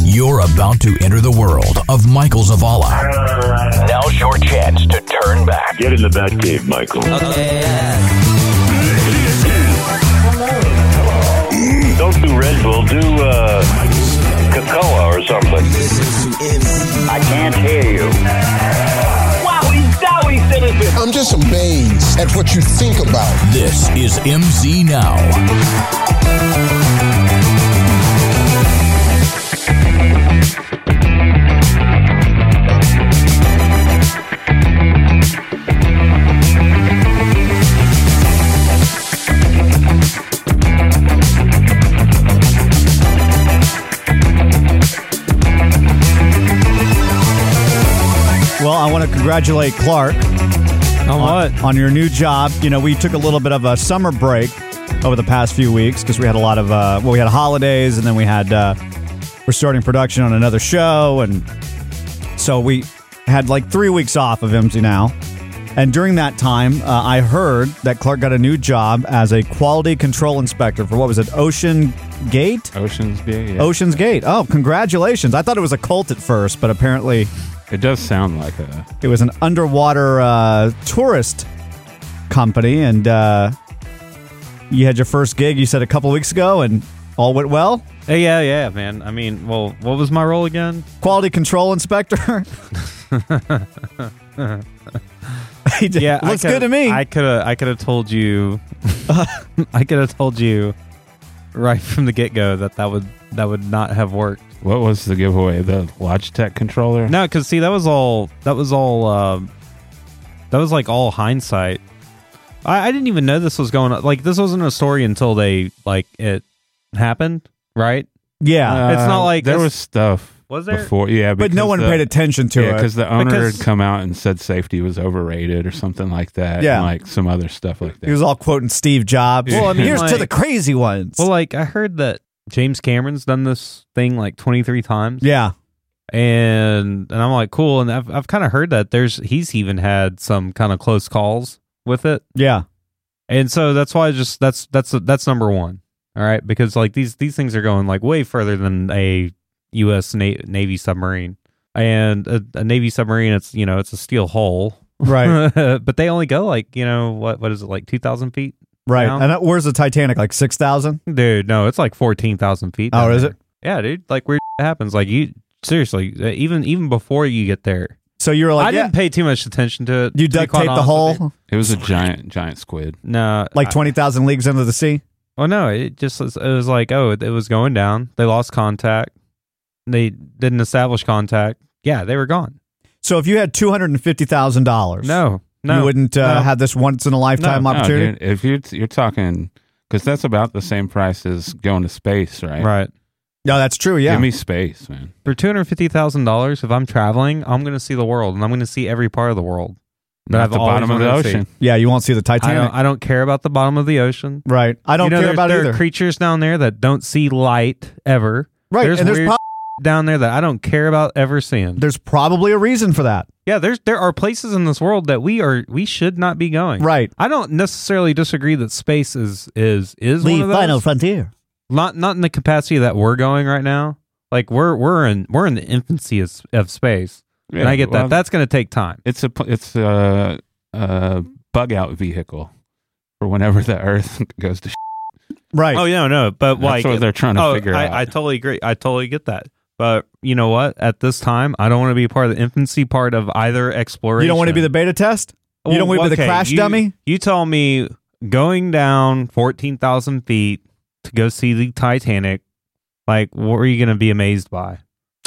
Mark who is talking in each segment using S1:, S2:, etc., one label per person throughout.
S1: You're about to enter the world of Michael Zavala.
S2: Now's your chance to turn back.
S3: Get in the Batcave, Michael. Don't do Red Bull. Do uh, Cocoa or something.
S2: I can't hear you. Wow, he's now he's innocent.
S4: I'm just amazed at what you think about.
S1: This is MZ Now.
S5: Well, I want to congratulate Clark on, on your new job. You know, we took a little bit of a summer break over the past few weeks because we had a lot of uh, well, we had holidays, and then we had uh, we're starting production on another show, and so we had like three weeks off of MZ now. And during that time, uh, I heard that Clark got a new job as a quality control inspector for what was it, Ocean Gate?
S6: Ocean's View. Yeah.
S5: Ocean's Gate. Oh, congratulations! I thought it was a cult at first, but apparently
S6: It does sound like a.
S5: it was an underwater uh, tourist company, and uh, you had your first gig. You said a couple weeks ago, and all went well.
S7: Hey, yeah, yeah, man. I mean, well, what was my role again?
S5: Quality control inspector. he did-
S7: I
S5: looks
S7: coulda-
S5: good to me.
S7: I could have, I could have told you, I could have told you right from the get go that that would that would not have worked.
S6: What was the giveaway? The Logitech controller.
S7: No, because see, that was all. That was all. Um, that was like all hindsight. I, I didn't even know this was going on. Like, this wasn't a story until they like it happened, right?
S5: yeah,
S7: Uh, it's not like-
S6: there
S7: it's-
S6: was stuff.
S7: Was there?
S6: before? Yeah,
S5: but no
S6: because
S5: one
S6: the-
S5: paid attention to
S6: Yeah,
S5: it.
S6: because the owner
S7: Because-
S6: had come out and said safety was overrated or something like that.
S5: Yeah.
S6: and like some other stuff like
S5: he
S6: that.
S5: was all quoting Steve Jobs.
S7: Well, I mean,
S5: here's to
S7: like-
S5: the crazy ones.
S7: Well, like I heard that James Cameron's done this thing like twenty three times.
S5: yeah,
S7: and and I'm like, cool. And I've I've kind of heard that there's he's even had some kind of close calls with it,
S5: yeah,
S7: and so that's why I just that's that's that's number one. All right, because like these these things are going like way further than a U.S. Na- Navy submarine and a, a Navy submarine. It's you know it's a steel hull,
S5: right,
S7: but they only go like you know what what is it like two thousand feet?
S5: right.
S7: Now?
S5: And that, where's the Titanic? Like six thousand?
S7: Dude, no, it's like fourteen thousand feet.
S5: Oh,
S7: down
S5: is
S7: there.
S5: it?
S7: Yeah, dude. Like weird happens. Like you seriously, even even before you get there,
S5: So you were like,
S7: I
S5: yeah,
S7: didn't pay too much attention to it.
S5: you
S7: to be
S5: duct
S7: quite
S5: taped the
S7: honest
S5: hole
S7: with you.
S6: it was a giant, giant squid.
S7: No,
S5: like
S7: I-
S5: twenty thousand leagues under the sea.
S7: Oh no, it just was- it was like oh it, it was going down. They lost contact. They didn't establish contact. Yeah, they were gone.
S5: So if you had two hundred and fifty thousand dollars,
S7: No, no,
S5: you wouldn't uh,
S7: no.
S5: have this once in a lifetime
S7: No,
S6: No,
S5: opportunity.
S6: Oh, dude, if you're you're talking, because that's about the same price as going to space, right?
S7: right
S5: No, that's true. Yeah,
S6: Give me space, man.
S7: for two hundred fifty thousand dollars. If I'm traveling, I'm going to see the world, and I'm going to see every part of the world. That
S6: Not
S7: I've
S6: the
S7: always
S6: bottom of the
S7: wanted to see.
S6: ocean.
S5: yeah. You won't see the
S7: I
S5: Titanic,
S7: don't, I don't care about the bottom of the ocean.
S5: right? I don't
S7: you know,
S5: care
S7: there's-
S5: about
S7: there
S5: either.
S7: are creatures down there that don't see light ever.
S5: right,
S7: there's
S5: and there's
S7: weird
S5: prob-
S7: down there that I don't care about ever seeing.
S5: there's probably a reason for that.
S7: Yeah, there's there are places in this world that we are we should not be going.
S5: Right.
S7: I don't necessarily disagree that space is is is one of those.
S5: frontier.
S7: not not in the capacity that we're going right now. Like we're we're in we're in the infancy of, of space, and
S6: Yeah,
S7: I get
S6: well,
S7: that. That's going to take time.
S6: it's a pl- it's a, a bug out vehicle for whenever the Earth goes to. Shit.
S5: Right.
S7: Oh no no, but
S6: That's
S7: like
S6: what they're trying to
S7: oh,
S6: figure
S7: I,
S6: out.
S7: I totally agree. I totally get that. But you know what? At this time, I don't want to be part of the infancy part of either exploration.
S5: you don't want to be the beta test. You don't want to be the
S7: Oh, okay,
S5: crash
S7: you-
S5: dummy.
S7: You tell me going down 14,000 feet to go see the Titanic, like, what are you going to be amazed by?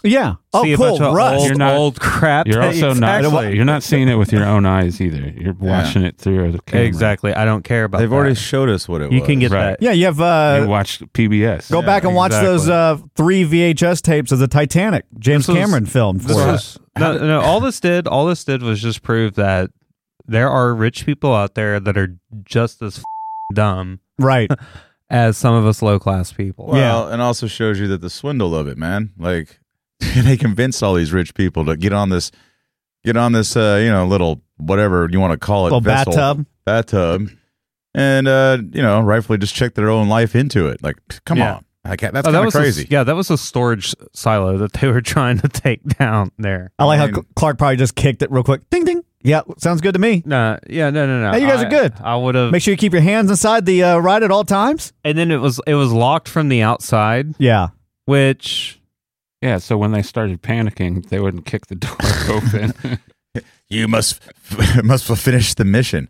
S5: Yeah. Oh,
S7: see
S5: cool.
S7: a bunch of
S5: Rush.
S7: old,
S6: You're not-
S7: old crap.
S6: You're also not
S7: exactly.
S6: you're not seeing it with your own eyes either. You're watching it through the camera.
S7: Exactly. I don't care about
S8: They've
S7: that.
S8: already showed us what it
S7: You
S8: was.
S7: can get
S6: Right.
S7: that.
S5: yeah. You have uh,
S6: you watched PBS.
S5: go
S8: Yeah,
S5: back and watch
S7: exactly.
S5: those uh, three VHS tapes of the Titanic. James
S7: This was-
S5: Cameron filmed
S7: This
S5: for us.
S7: was, no, no, all this did, all this did was just prove that there are rich people out there that are just as f- dumb
S5: Right.
S7: as some of us low class people.
S8: Well, and also shows you that the swindle of it, man. Like they convinced all these rich people to get on this, get on this, uh, you know, little whatever you want to call it,
S5: Little
S8: vessel,
S5: bathtub.
S8: bathtub, and uh, you know, rightfully just check their own life into it. Like, pff, come
S7: Yeah.
S8: on, I can't, that's
S7: Oh, that
S8: kind
S7: was
S8: of
S7: a-
S8: crazy.
S7: yeah, that was a storage silo that they were trying to take down there.
S5: I like
S8: I mean-
S5: how Clark probably just kicked it real quick. Ding ding. Yeah, sounds good to me.
S7: No, yeah, no, no, no.
S5: Hey, you guys
S7: I-
S5: are good.
S7: I would have.
S5: Make sure you keep your hands inside the uh, ride at all times.
S7: And then it was it was locked from the outside,
S5: Yeah.
S7: which
S6: Yeah, so when they started panicking, they wouldn't kick the door open.
S8: You must must finish the mission.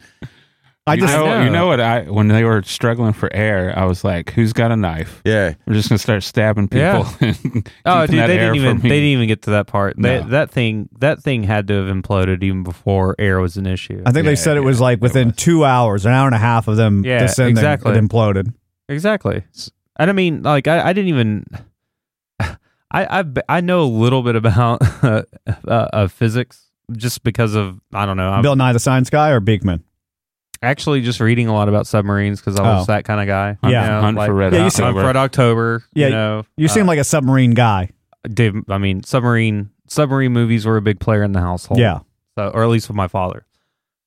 S5: I
S6: you,
S5: just
S6: know,
S7: know.
S6: you know what I when they were struggling for air, I was like, Who's got a knife?
S8: Yeah.
S6: We're just gonna start stabbing people
S7: Yeah.
S6: and
S7: oh,
S6: keeping
S7: dude,
S6: that
S7: they
S6: air
S7: didn't
S6: from
S7: even they
S6: me.
S7: didn't even get to that part. They-
S6: No.
S7: that thing that thing had to have imploded even before air was an issue.
S5: I think they
S8: Yeah,
S5: said it
S8: yeah,
S5: was like
S8: it
S5: within
S8: was.
S5: two hours, an hour and a half of them
S7: Yeah,
S5: descending,
S7: exactly.
S5: it imploded.
S7: Exactly. And I mean, like, I, I didn't even. I, I b- I know a little bit about uh, uh, physics just because of I don't know. I'm
S5: Bill Nye the Science Guy or Beekman?
S7: actually just reading a lot about submarines because I was
S5: Oh.
S7: that kind of guy.
S5: Hunt-
S7: you know,
S6: Hunt
S7: like,
S6: for Red
S5: Yeah, you
S7: Hunt for
S6: October.
S7: Red October.
S5: Yeah,
S7: you know,
S5: You
S7: uh,
S5: seem like a submarine guy.
S7: Dave, I mean, submarine submarine movies were a big player in the household.
S5: Yeah.
S7: so, or at least with my father.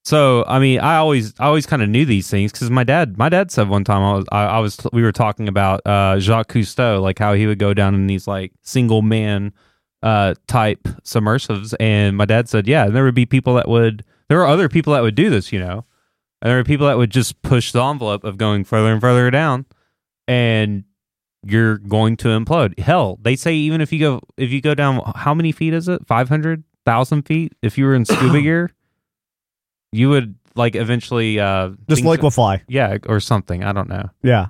S7: So I mean, I always I always kind of knew these things because my dad my dad said one time I was I, I was we were talking about uh, Jacques Cousteau like how he would go down in these like single man uh, type submersives and my dad said yeah and there would be people that would there were other people that would do this you know and there were people that would just push the envelope of going further and further down and you're going to implode. Hell, they say even if you go if you go down how many feet is it? Five hundred thousand feet? If you were in scuba gear, you would like eventually uh
S5: Just
S7: things-
S5: liquefy.
S7: yeah, or something. I don't know.
S5: Yeah.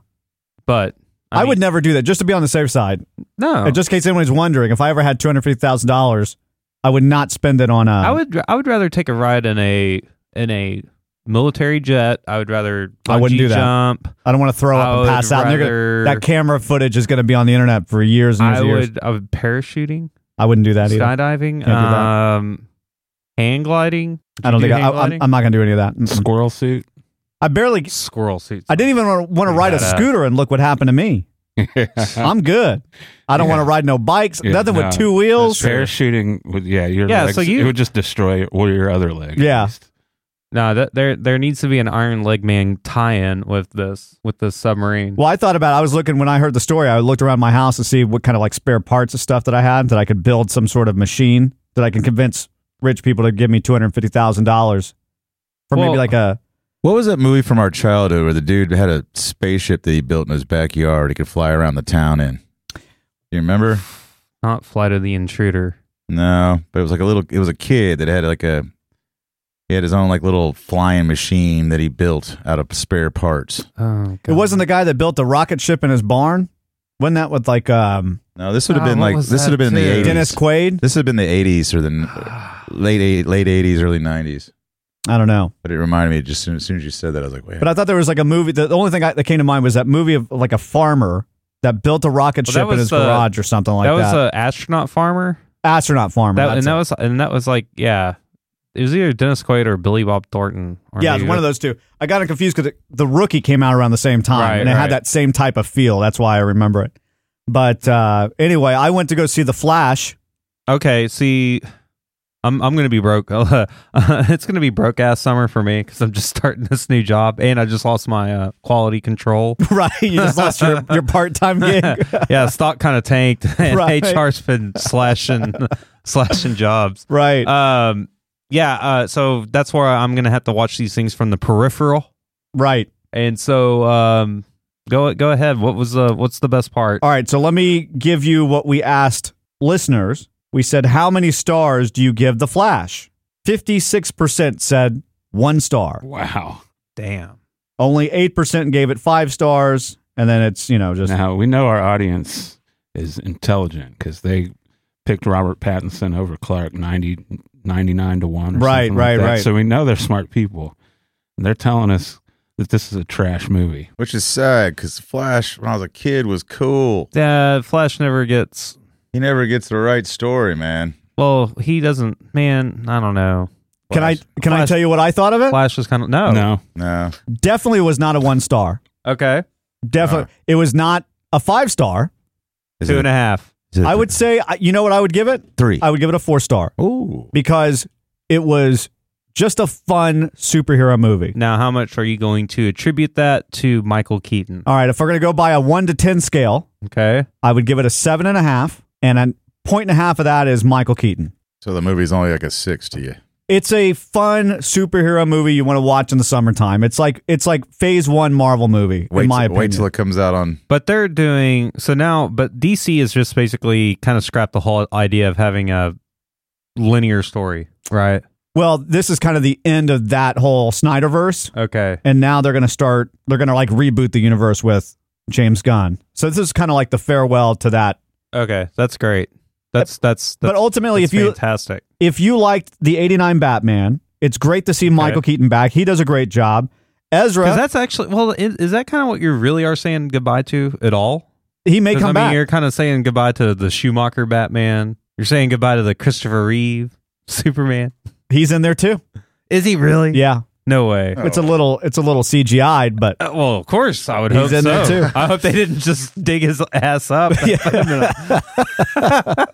S7: But
S5: I,
S7: mean, Oh.
S5: would never do that just to be on the safe side.
S7: no
S5: Uh, Just in case anyone's wondering, if I ever had $250,000, I would not spend it on uh, a.
S7: I would I would rather take a ride in a in a military jet. I would rather
S5: I wouldn't
S7: bungee
S5: do that.
S7: jump.
S5: I don't want to throw
S7: I
S5: up and
S7: would
S5: pass out. And they're
S7: rather-
S5: gonna, that camera footage is going to be on the internet for years and years.
S7: I
S5: and years.
S7: would I would parachuting,
S5: I wouldn't do that either.
S7: skydiving,
S5: do that.
S7: um hang gliding. Did
S5: I don't
S7: you
S5: think
S7: do
S5: I,
S7: hang
S5: I,
S7: gliding?
S5: am not going to do any of that. Mm-mm.
S6: Squirrel suit.
S5: I barely.
S7: squirrel suits.
S5: I didn't even want to ride a
S7: Yeah.
S5: scooter and look what happened to me. I'm good. I don't want to ride no bikes.
S6: Yeah,
S5: nothing
S6: no.
S5: with two wheels.
S6: Parachuting would yeah, your
S7: Yeah,
S6: legs
S7: so you-
S6: it would just destroy your- or your other leg. at
S5: Yeah.
S6: least.
S7: No, that, there there needs to be an Iron Leg Man tie-in with this with this submarine.
S5: Well, I thought about. I was looking when I heard the story. I looked around my house to see what kind of like spare parts of stuff that I had that I could build some sort of machine that I can convince rich people to give me two hundred fifty thousand dollars for maybe
S7: Well-
S5: like a
S8: What was that movie from our childhood where the dude had a spaceship that he built in his backyard he could fly around the town in? You remember?
S7: Not Flight of the Intruder.
S8: No, but it was like a little. It was a kid that had like a. He had his own like little flying machine that he built out of spare parts.
S7: Oh,
S5: It wasn't the guy that built the rocket ship in his barn. Wasn't that with like um,
S8: No, this would have
S7: Ah,
S8: been
S7: what
S8: like
S7: was
S8: this
S7: that
S8: would have been in the
S7: too?
S8: eighties.
S5: Dennis Quaid?
S8: This had been the eighties or the n- late eight, late eighties, early nineties.
S5: I don't know.
S8: But it reminded me just soon, as soon as you said that, I was like, wait.
S5: But I thought there was like a movie. The the only thing I, that came to mind was that movie of like a farmer that built a rocket
S7: Well, that
S5: ship in
S7: was
S5: his
S7: the-
S5: garage or something like
S7: that
S5: that.
S7: was an astronaut farmer.
S5: Astronaut farmer.
S7: That,
S5: that's it.
S7: and that was and that was like yeah, it was either Dennis Quaid or Billy Bob Thornton. Or
S5: yeah, it was
S7: maybe-
S5: one of those two. I got it confused because the rookie came out around the same time,
S7: Right,
S5: and it
S7: right.
S5: had that same type of feel. That's why I remember it. But uh, anyway, I went to go see the Flash.
S7: Okay, see, I'm I'm gonna be broke. it's gonna be broke ass summer for me because I'm just starting this new job and I just lost my uh, quality control.
S5: right, you just lost your, your part time gig.
S7: Uh, yeah, stock kind of tanked. And
S5: Right.
S7: HR's been slashing slashing jobs.
S5: right.
S7: Um, yeah. Uh, so that's where I'm gonna have to watch these things from the peripheral.
S5: right.
S7: And so, um, go go ahead. What was the what's the best part?
S5: All right, so let me give you what we asked listeners. We said, How many stars do you give The Flash? 56% said one star.
S6: Wow.
S7: Damn.
S5: Only 8% gave it five stars. And then it's, you know, just.
S6: Now we know our audience is intelligent because they picked Robert Pattinson over Clark 90, 99 to one. Or
S5: Right,
S6: something
S5: right,
S6: like that.
S5: right.
S6: So we know they're smart people. And they're telling us that this is a trash movie.
S8: Which is sad because Flash, when I was a kid, was cool.
S7: Yeah, Flash never gets.
S8: He never gets the right story, man.
S7: Well, he doesn't. Man, I don't know.
S5: Can I
S8: Flash.
S5: can I
S7: Flash-
S5: tell you what I thought of it?
S7: Flash was kind of
S5: Oh.
S7: no.
S6: No,
S8: No,
S5: Definitely was not a one star.
S7: Okay.
S5: Definitely, it was not a five star.
S8: Is
S7: Two
S8: it-
S7: and a half.
S8: is it
S5: I would say, I- you know what I would give it?
S8: three.
S5: I would give it a four star
S8: Ooh,
S5: because it was Just a fun superhero movie.
S7: Now, how much are you going to attribute that to Michael Keaton?
S5: All right, if we're going to go by a one to 10 scale,
S7: Okay.
S5: I would give it a seven and a half, and a point and a half of that is Michael Keaton.
S8: So the movie's only like a six to you.
S5: It's a fun superhero movie you want to watch in the summertime. It's like it's like phase one Marvel movie,
S8: Wait,
S5: in my
S8: till-
S5: opinion.
S8: wait till it comes out on.
S7: But they're doing so now, but DC is just basically kind of scrapped the whole idea of having a linear story, right?
S5: well, this is kind of the end of that whole Snyderverse,
S7: Okay.
S5: and now they're going to start. They're going to like reboot the universe with James Gunn. So this is kind of like the farewell to that.
S7: Okay. That's great. That's that's, that's
S5: but ultimately,
S7: that's
S5: if you
S7: fantastic.
S5: if you liked the '89 Batman, it's great to see Michael Keaton back. He does a great job.
S7: Because
S5: Ezra,
S7: that's actually well, is, is that kind of what you really are saying goodbye to at all?
S5: he may
S7: 'Cause,
S5: come
S7: I mean,
S5: back.
S7: you're kind of saying goodbye to the Schumacher Batman. You're saying goodbye to the Christopher Reeve Superman.
S5: He's in there too.
S7: Is he really?
S5: Yeah,
S7: No way.
S5: it's a little it's a little CGI'd, but
S7: Uh, well, of course, I would
S5: He's
S7: hope
S5: in there,
S7: so.
S5: too.
S7: I hope they didn't just dig his ass up.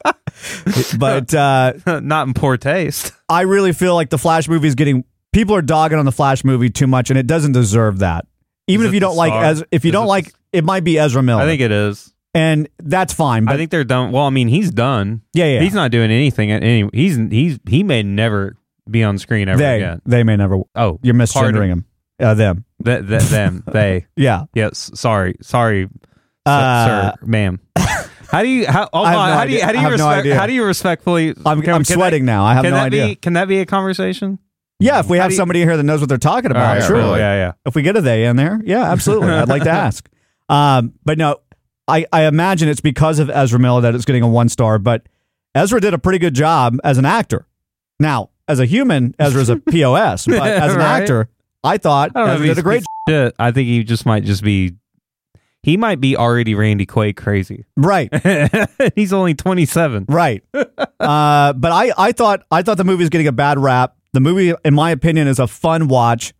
S5: but uh,
S7: Not in poor taste.
S5: I really feel like the Flash movie is getting people are dogging on the Flash movie too much, and it doesn't deserve that. Even
S7: Is
S5: if
S7: it
S5: you
S7: the
S5: don't like
S7: star?
S5: Ez if you
S7: Is
S5: don't
S7: it
S5: like, it might be Ezra Miller.
S7: I think it is.
S5: and that's fine. But
S7: I think they're done. Well, I mean, he's done.
S5: yeah, yeah,
S7: He's not doing anything. At any, he's he's he may never be on screen ever
S5: they
S7: again.
S5: they may never.
S7: Oh,
S5: You're
S7: pardon.
S5: misgendering him. Uh, them.
S7: Th- th- them they.
S5: Yeah.
S7: Yes. Sorry. Sorry, s-
S5: Uh,
S7: sir, ma'am. How do you how oh,
S5: I have
S7: my,
S5: no
S7: how do you
S5: idea.
S7: how do
S5: I
S7: you
S5: have no
S7: respect,
S5: idea.
S7: how do you respectfully
S5: I'm,
S7: can-
S5: I'm
S7: can
S5: sweating now. I have
S7: can
S5: no
S7: that
S5: idea.
S7: be can that be a conversation?
S5: yeah, if we
S7: how
S5: have
S7: do you-
S5: somebody here that knows what they're talking about,
S8: right,
S5: sure.
S8: really?
S7: Yeah, yeah.
S5: If we get a they in there, yeah, absolutely. I'd like to ask. Um, but no, I, I imagine it's because of Ezra Miller that it's getting a one star. But Ezra did a pretty good job as an actor. Now, as a human, Ezra's a POS. But as an
S7: Right.
S5: actor, I thought
S7: I don't know
S5: Ezra
S7: if
S5: did a great
S7: he's- Yeah, I think he just might just be. He might be already Randy Quaid crazy.
S5: job. Right,
S7: He's only 27.
S5: right. uh, but I, I thought I thought the movie was getting a bad rap. The movie, in my opinion, is a fun watch.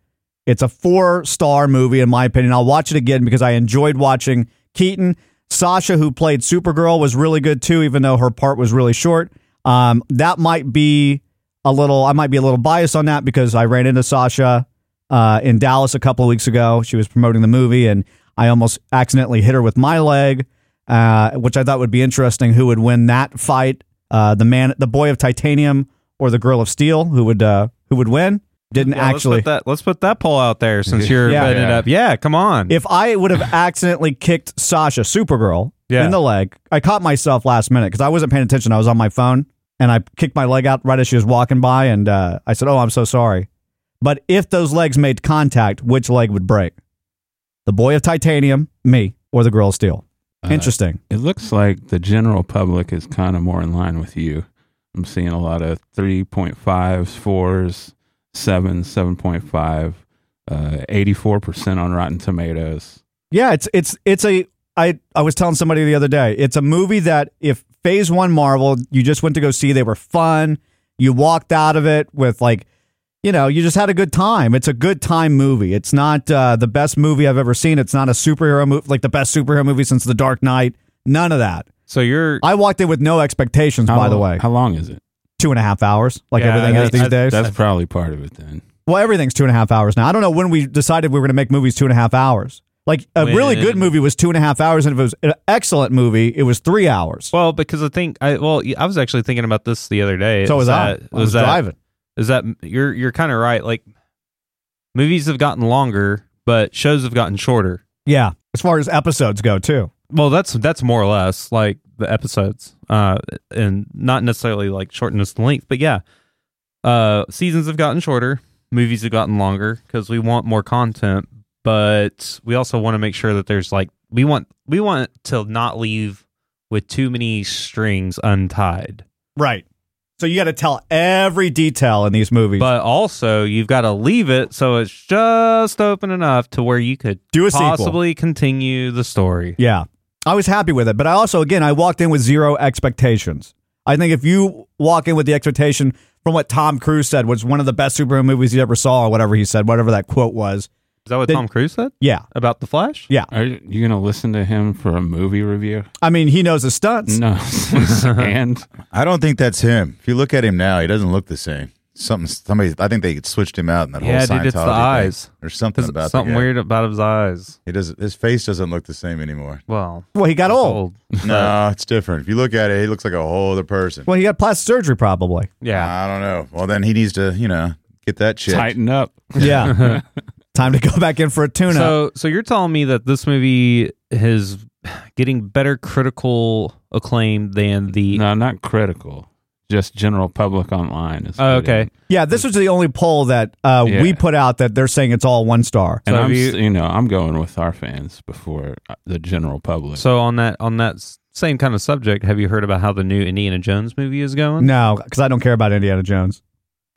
S5: It's a four star movie, in my opinion. I'll watch it again because I enjoyed watching Keaton. Sasha, who played Supergirl, was really good too, even though her part was really short. Um, that might be a little, I might be a little biased on that because I ran into Sasha uh, in Dallas a couple of weeks ago. She was promoting the movie and I almost accidentally hit her with my leg, uh, which I thought would be interesting. Who would win that fight? Uh, the man, the boy of titanium or the girl of steel? Who would, uh, who would win? Didn't
S7: Yeah,
S5: actually.
S7: let's put that, let's put that poll out there since you're
S5: Yeah.
S7: headed
S8: Yeah.
S7: up. Yeah, come on.
S5: If I would have accidentally kicked Sasha, Supergirl,
S7: Yeah.
S5: in the leg, I caught myself last minute because I wasn't paying attention. I was on my phone and I kicked my leg out right as she was walking by, and uh, I said, "Oh, I'm so sorry." But if those legs made contact, which leg would break? The boy of titanium, me, or the girl of steel? Interesting.
S6: It looks like the general public is kind of more in line with you. I'm seeing a lot of 3.5s, 4s, 7s, 7.5, uh, 84% on Rotten Tomatoes.
S5: Yeah, it's it's it's a I I was telling somebody the other day, it's a movie that if Phase 1 Marvel you just went to go see, they were fun. You walked out of it with like you know, you just had a good time. It's a good time movie. It's not uh, the best movie I've ever seen. It's not a superhero movie, like the best superhero movie since The Dark Knight. None of that.
S7: so you're.
S5: I walked in with no expectations, by the way.
S6: How long is it?
S5: two and a half hours, like
S7: Yeah,
S5: everything
S7: I
S5: is
S7: think
S5: these days.
S6: That's probably part of it then.
S5: Well, everything's two and a half hours now. I don't know when we decided we were going to make movies two and a half hours. Like a really
S7: When-
S5: good movie was two and a half hours, and if it was an excellent movie, it was three hours.
S7: well, because I think I well, I was actually thinking about this the other day.
S5: so
S7: Is
S5: was I.
S7: that-
S5: I was
S7: that,
S5: driving.
S7: is that you're you're kind of right. Like movies have gotten longer, but shows have gotten shorter.
S5: Yeah, as far as episodes go, too.
S7: Well, that's that's more or less like the episodes, uh, and not necessarily like shortness and length, but yeah, uh, seasons have gotten shorter, movies have gotten longer because we want more content, but we also want to make sure that there's like we want we want to not leave with too many strings untied,
S5: Right. So you got to tell every detail in these movies.
S7: but also you've got to leave it so it's just open enough to where you could
S5: Do a sequel.
S7: possibly continue the story.
S5: yeah, I was happy with it, but I also, again, I walked in with zero expectations. I think if you walk in with the expectation from what Tom Cruise said was one of the best superhero movies you ever saw, or whatever he said, whatever that quote was.
S7: Is that what
S5: Then-
S7: Tom Cruise said
S5: Yeah,
S7: about the Flash?
S6: Are you going to listen to him for a movie review?
S5: I mean, he knows his stunts.
S6: No. and
S8: I don't think that's him. If you look at him now, he doesn't look the same. something. Somebody, I think they switched him out in that
S7: Yeah,
S8: whole Scientology
S7: dude, it's the
S8: thing.
S7: eyes.
S8: There's something
S7: There's
S8: about the
S7: something
S8: guy.
S7: weird about his eyes.
S8: He does. His face doesn't look the same anymore.
S7: Well,
S5: Well, he got old.
S7: old.
S8: no, it's different. If you look at it, he looks like a whole other person.
S5: Well, he got plastic surgery probably.
S7: Yeah.
S8: I don't know. Well, then he needs to, you know, get that checked.
S6: Tighten up.
S5: Yeah. Time to go back in for a tune up.
S7: So, so you're telling me that this movie is getting better critical acclaim than the
S6: No, not critical. Just general public online. Is
S7: Oh,
S6: getting-
S7: okay.
S5: yeah, this was the only poll that uh,
S6: Yeah.
S5: we put out that they're saying it's all one star.
S6: And
S7: So
S6: I'm,
S7: have
S6: you,
S7: you-
S6: you know, I'm going with our fans before uh, the general public.
S7: So on that on that s- same kind of subject, have you heard about how the new Indiana Jones movie is going?
S5: No, because I don't care about Indiana Jones.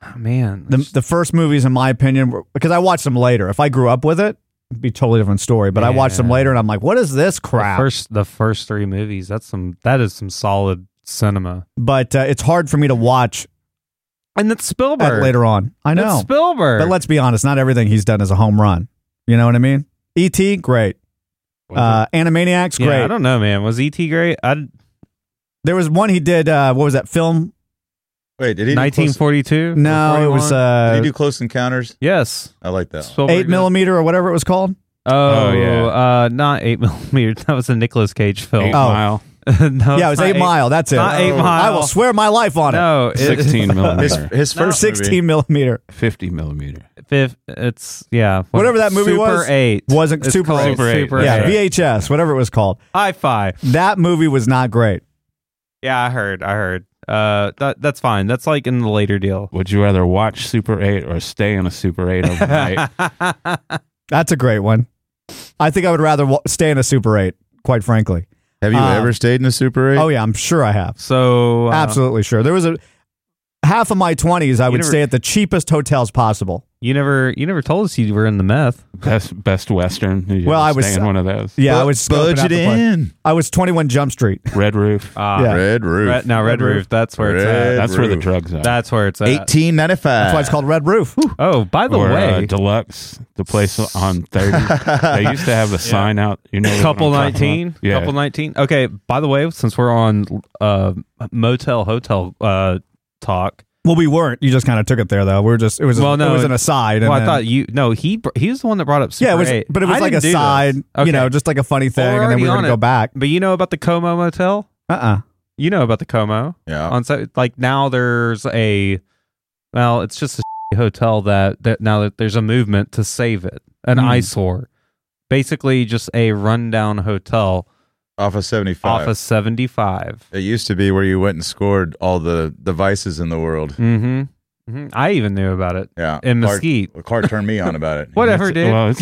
S7: Oh, man,
S5: The, the first movies, in my opinion, were- because I watched them later. If I grew up with it, it'd be a totally different story. But I watched them
S7: Yeah.
S5: later and I'm like, what is this
S7: The
S5: crap?
S7: first the first three movies. That's some that is some solid cinema.
S5: but uh, it's hard for me to watch
S7: And that's
S5: that
S7: Spielberg.
S5: later on. I
S7: That's
S5: know.
S7: Spielberg.
S5: But let's be honest, not everything he's done is a home run. You know what I mean? E.T., great. Uh, Animaniacs,
S7: yeah,
S5: great.
S7: I don't know, man. Was ET great? I
S5: There was one he did. Uh, what was that film?
S8: Wait, did he do close,
S7: 1942.
S5: No, it was
S7: 41?
S8: did he
S5: uh,
S8: do Close Encounters?
S7: yes.
S8: I like that. One.
S7: Spielberg
S5: eight
S7: did-
S5: millimeter or whatever it was called.
S7: Oh,
S6: Oh, yeah.
S7: Uh, not eight millimeter. That was a Nicolas Cage film.
S6: Eight
S5: Oh.
S6: mile,
S7: no,
S5: yeah, it was
S7: it's not
S5: eight, mile. That's it.
S7: not Eight
S5: Oh.
S7: Mile.
S5: I will swear my life on it.
S7: No, it-
S6: 16
S8: His,
S6: millimeter,
S8: his
S7: No.
S8: first
S5: Sixteen
S8: movie.
S5: millimeter.
S6: fifty millimeter.
S7: fifth. It's yeah.
S5: Whatever that movie
S7: Super
S5: was,
S7: Eight
S5: wasn't
S7: It's
S5: Super
S7: called
S5: Eight.
S7: Super
S6: Super
S7: Eight.
S6: Eight.
S5: yeah,
S6: Right.
S5: VHS, whatever it was called.
S7: Hi Fi.
S5: That movie was not great.
S7: Yeah, I heard. I heard. Uh, that that's fine. That's like in the later deal.
S6: Would you rather watch Super Eight or stay in a Super Eight overnight?
S5: That's a great one. I think I would rather wa stay in a Super Eight. Quite frankly.
S8: Have you
S5: Uh,
S8: ever stayed in a Super Eight?
S5: Oh yeah, I'm sure I have.
S7: so uh,
S5: Absolutely sure. There was a half of my twenties. I would
S7: never-
S5: stay at the cheapest hotels possible.
S7: You never you never told us you were in the meth.
S6: best Best Western. Did you
S5: Well,
S6: ever
S5: I was-
S6: stay in one of those.
S5: Yeah, I was scoping out
S8: budget
S5: the place.
S8: in.
S5: I was 21 Jump Street.
S6: Red Roof.
S7: Ah,
S5: Yeah.
S8: Red Roof.
S7: Red, now
S5: Red
S7: Red, Roof.
S5: Roof.
S7: That's where
S8: Red
S7: it's
S6: That's where the
S8: Roof.
S6: drugs are.
S7: at. That's where it's at.
S8: 1895.
S5: That's
S7: Ah.
S5: why it's called Red Roof.
S7: Oh, by the
S6: or, uh,
S7: way,
S6: Deluxe, the place on 30. they used to have the sign out. You know,
S7: couple
S6: what I'm talking about?
S7: nineteen.
S6: Yeah.
S7: Couple nineteen. Okay. By the way, since we're on uh, motel hotel uh, talk,
S5: Well, we weren't. You just kind of took it there, though. We were just it was
S7: Well, no,
S5: it was
S7: it-
S5: an aside. and
S7: well, I
S5: then-
S7: thought you no. He br- he was the one that brought up. Super
S5: yeah, it was,
S7: 8.
S5: but it
S7: I
S5: was like a
S7: didn't do this.
S5: side,
S7: Okay.
S5: you know, just like a funny thing,
S7: Well, we're
S5: and then we were
S7: already on
S5: gonna
S7: it.
S5: go back.
S7: But you know about the Como Motel?
S5: Uh uh
S7: You know about the Como?
S8: Yeah.
S7: on so like now there's a well it's just a shitty hotel that, that now that there's a movement to save it an
S5: Hmm.
S7: eyesore basically just a rundown hotel
S8: off of 75.
S7: off of 75
S8: It used to be where you went and scored all the devices in the world.
S7: mm-hmm. hmm i even knew about it
S8: Yeah.
S7: in
S8: Clark-
S7: mesquite
S8: Clark turned me on about it.
S7: whatever
S6: It's-
S7: dude
S6: Well, it's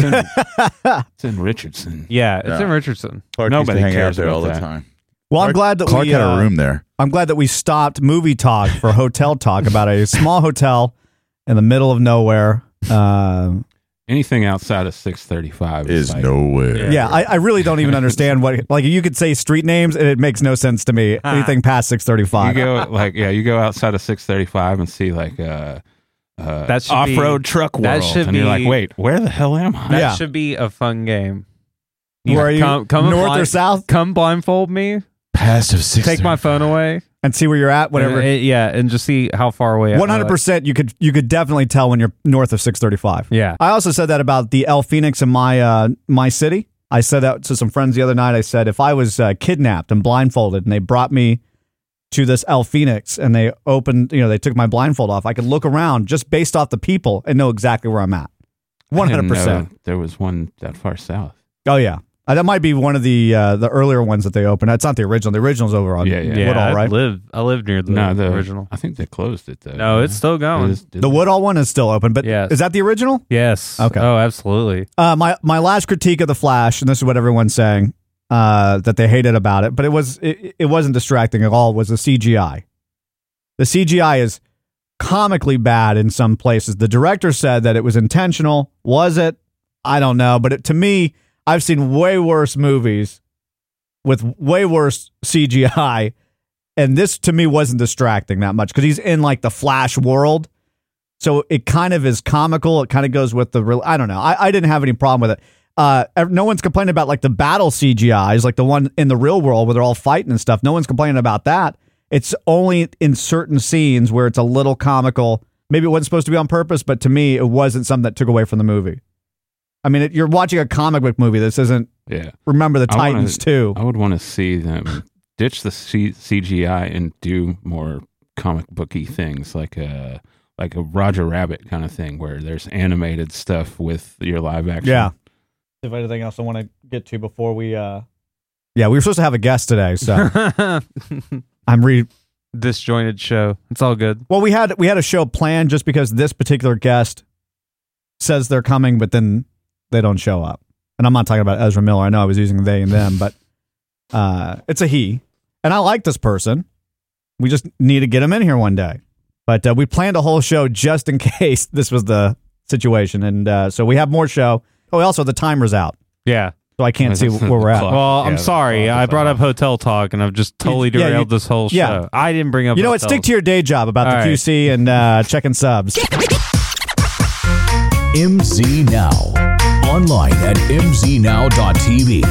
S6: in, it's in Richardson.
S7: yeah it's
S8: Yeah.
S7: in richardson
S8: Clark
S6: Nobody
S8: used to hang
S6: cares
S8: out there
S6: about
S8: all the
S6: that.
S8: time.
S5: Well, I'm
S8: Clark-
S5: glad that
S8: Clark
S5: we
S8: had a
S5: uh,
S8: room there.
S5: I'm glad that we stopped movie talk for hotel talk about a small hotel in the middle of nowhere. Um
S6: Anything outside of 635
S8: Is
S6: like-
S8: nowhere.
S5: yeah, I, I really don't even understand what like you could say street names and it makes no sense to me. Anything past six thirty
S6: You
S5: five.
S6: go like yeah, you go outside of 635 and see like uh, uh,
S7: That should be-
S6: off-road truck world,
S7: that should
S6: and you're like,
S7: be-
S6: wait, where the hell am I?
S7: that
S5: Yeah.
S7: should be a fun game
S5: Where are you?
S7: come, come
S5: north
S7: blind-
S5: or south?
S7: come blindfold me
S8: Past of 6
S7: take my phone away
S5: And see where you're at. Whatever.
S7: and- and- yeah and just see how far away I-
S5: One hundred percent. You could you could definitely tell when you're north of six thirty five.
S7: yeah
S5: I also said that about the El Phoenix in my uh, my city. I said that to some friends the other night. I said if I was uh, kidnapped and blindfolded, and they brought me to this El Phoenix, and they opened, you know, they took my blindfold off, I could look around just based off the people and know exactly where I'm at.
S6: I
S5: One
S6: didn't
S5: hundred percent.
S6: know There was one that far south.
S5: Oh yeah, Uh, that might be one of the uh, the earlier ones that they opened. That's not the original. The original's over on
S6: Yeah, yeah.
S7: Yeah,
S5: Woodall,
S7: I
S5: right?
S7: live. I live near the,
S6: no, the
S7: original.
S6: I think they closed it though.
S7: No, it's still going.
S5: The Woodall one is still open, but
S7: Yes.
S5: is that the original?
S7: yes.
S5: Okay.
S7: Oh, absolutely.
S5: Uh, my my last critique of the Flash, and this is what everyone's saying uh, that they hated about it, but it was it, it wasn't distracting at all. Was the CGI? The CGI is comically bad in some places. The director said that it was intentional. Was it? I don't know. But it, to me, I've seen way worse movies with way worse CGI, and this to me wasn't distracting that much because he's in like the Flash world. So it kind of is comical. It kind of goes with the real. I don't know. I, I didn't have any problem with it. Uh, ev- no one's complaining about like the battle CGIs, like the one in the real world where they're all fighting and stuff. No one's complaining about that. It's only in certain scenes where it's a little comical Maybe it wasn't supposed to be on purpose, but to me, it wasn't something that took away from the movie. I mean, it, you're watching a comic book movie. This isn't
S6: Yeah.
S5: Remember the
S6: I wanna-
S5: Titans too.
S6: I would want to see them ditch the C- CGI and do more comic booky things, like a like a Roger Rabbit kind of thing, where there's animated stuff with your live action.
S5: Yeah. If anything else, I want to get to before we. uh Yeah, we were supposed to have a guest today, so I'm re.
S7: Disjointed show. It's all good.
S5: Well, we had we had a show planned just because this particular guest says they're coming, but then they don't show up. And I'm not talking about Ezra Miller. I know I was using they and them, but uh, it's a he. And I like this person. We just need to get him in here one day. But uh, we planned a whole show just in case this was the situation, and uh, so we have more show. Oh, also the timer's out,
S7: Yeah.
S5: so I can't see where we're at.
S6: Clock.
S7: Well, I'm
S6: Yeah,
S7: sorry.
S6: the-
S7: I brought up hotel talk, and I've just totally
S5: You- yeah,
S7: derailed
S5: you-
S7: this whole show.
S5: yeah.
S7: I didn't bring up.
S5: You know what? Stick to your day job about
S7: All
S5: the
S7: right.
S5: QC and uh, checking subs.
S1: MZ Now. Online at mznow.tv.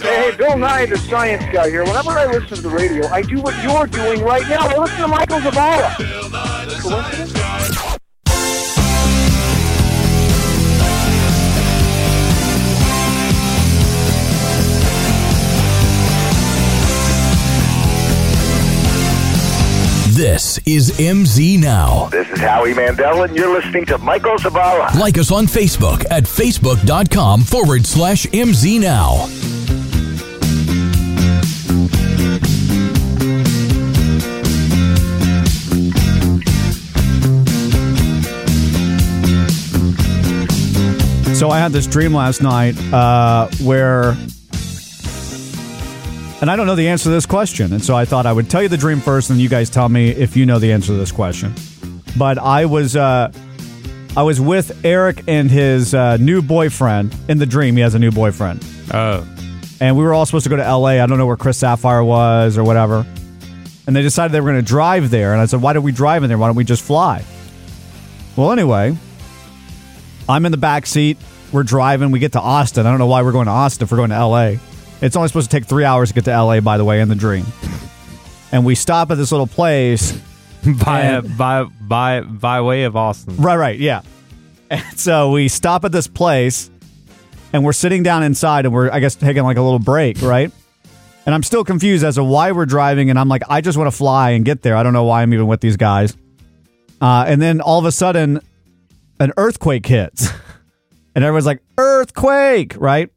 S2: Hey, Bill Nye, the science guy here. Whenever I listen to the radio, I do what you're doing right now. I listen to Michael Zavala. Coincidence?
S1: This is MZ Now.
S2: This is Howie Mandel, and you're listening to Michael Zavala.
S1: Like us on Facebook at facebook.com forward slash MZ Now.
S5: So I had this dream last night uh, where, and I don't know the answer to this question, and so I thought I would tell you the dream first, and you guys tell me if you know the answer to this question. But I was uh, I was with Eric and his uh, new boyfriend in the dream. He has a new boyfriend,
S7: Oh,
S5: and we were all supposed to go to L.A. I don't know where Chris Sapphire was or whatever, and they decided they were going to drive there. And I said, "Why don't we drive in there? Why don't we just fly?" Well, anyway, I'm in the back seat. We're driving. We get to Austin. I don't know why we're going to Austin if we're going to LA. It's only supposed to take three hours to get to LA, by the way, in the dream. And we stop at this little place.
S7: by by by by way of Austin.
S5: Right, right, yeah. And so we stop at this place and we're sitting down inside and we're, I guess, taking like a little break, right? And I'm still confused as to why we're driving. And I'm like, I just want to fly and get there. I don't know why I'm even with these guys. Uh, and then all of a sudden, an earthquake hits. and everyone's like, earthquake, right?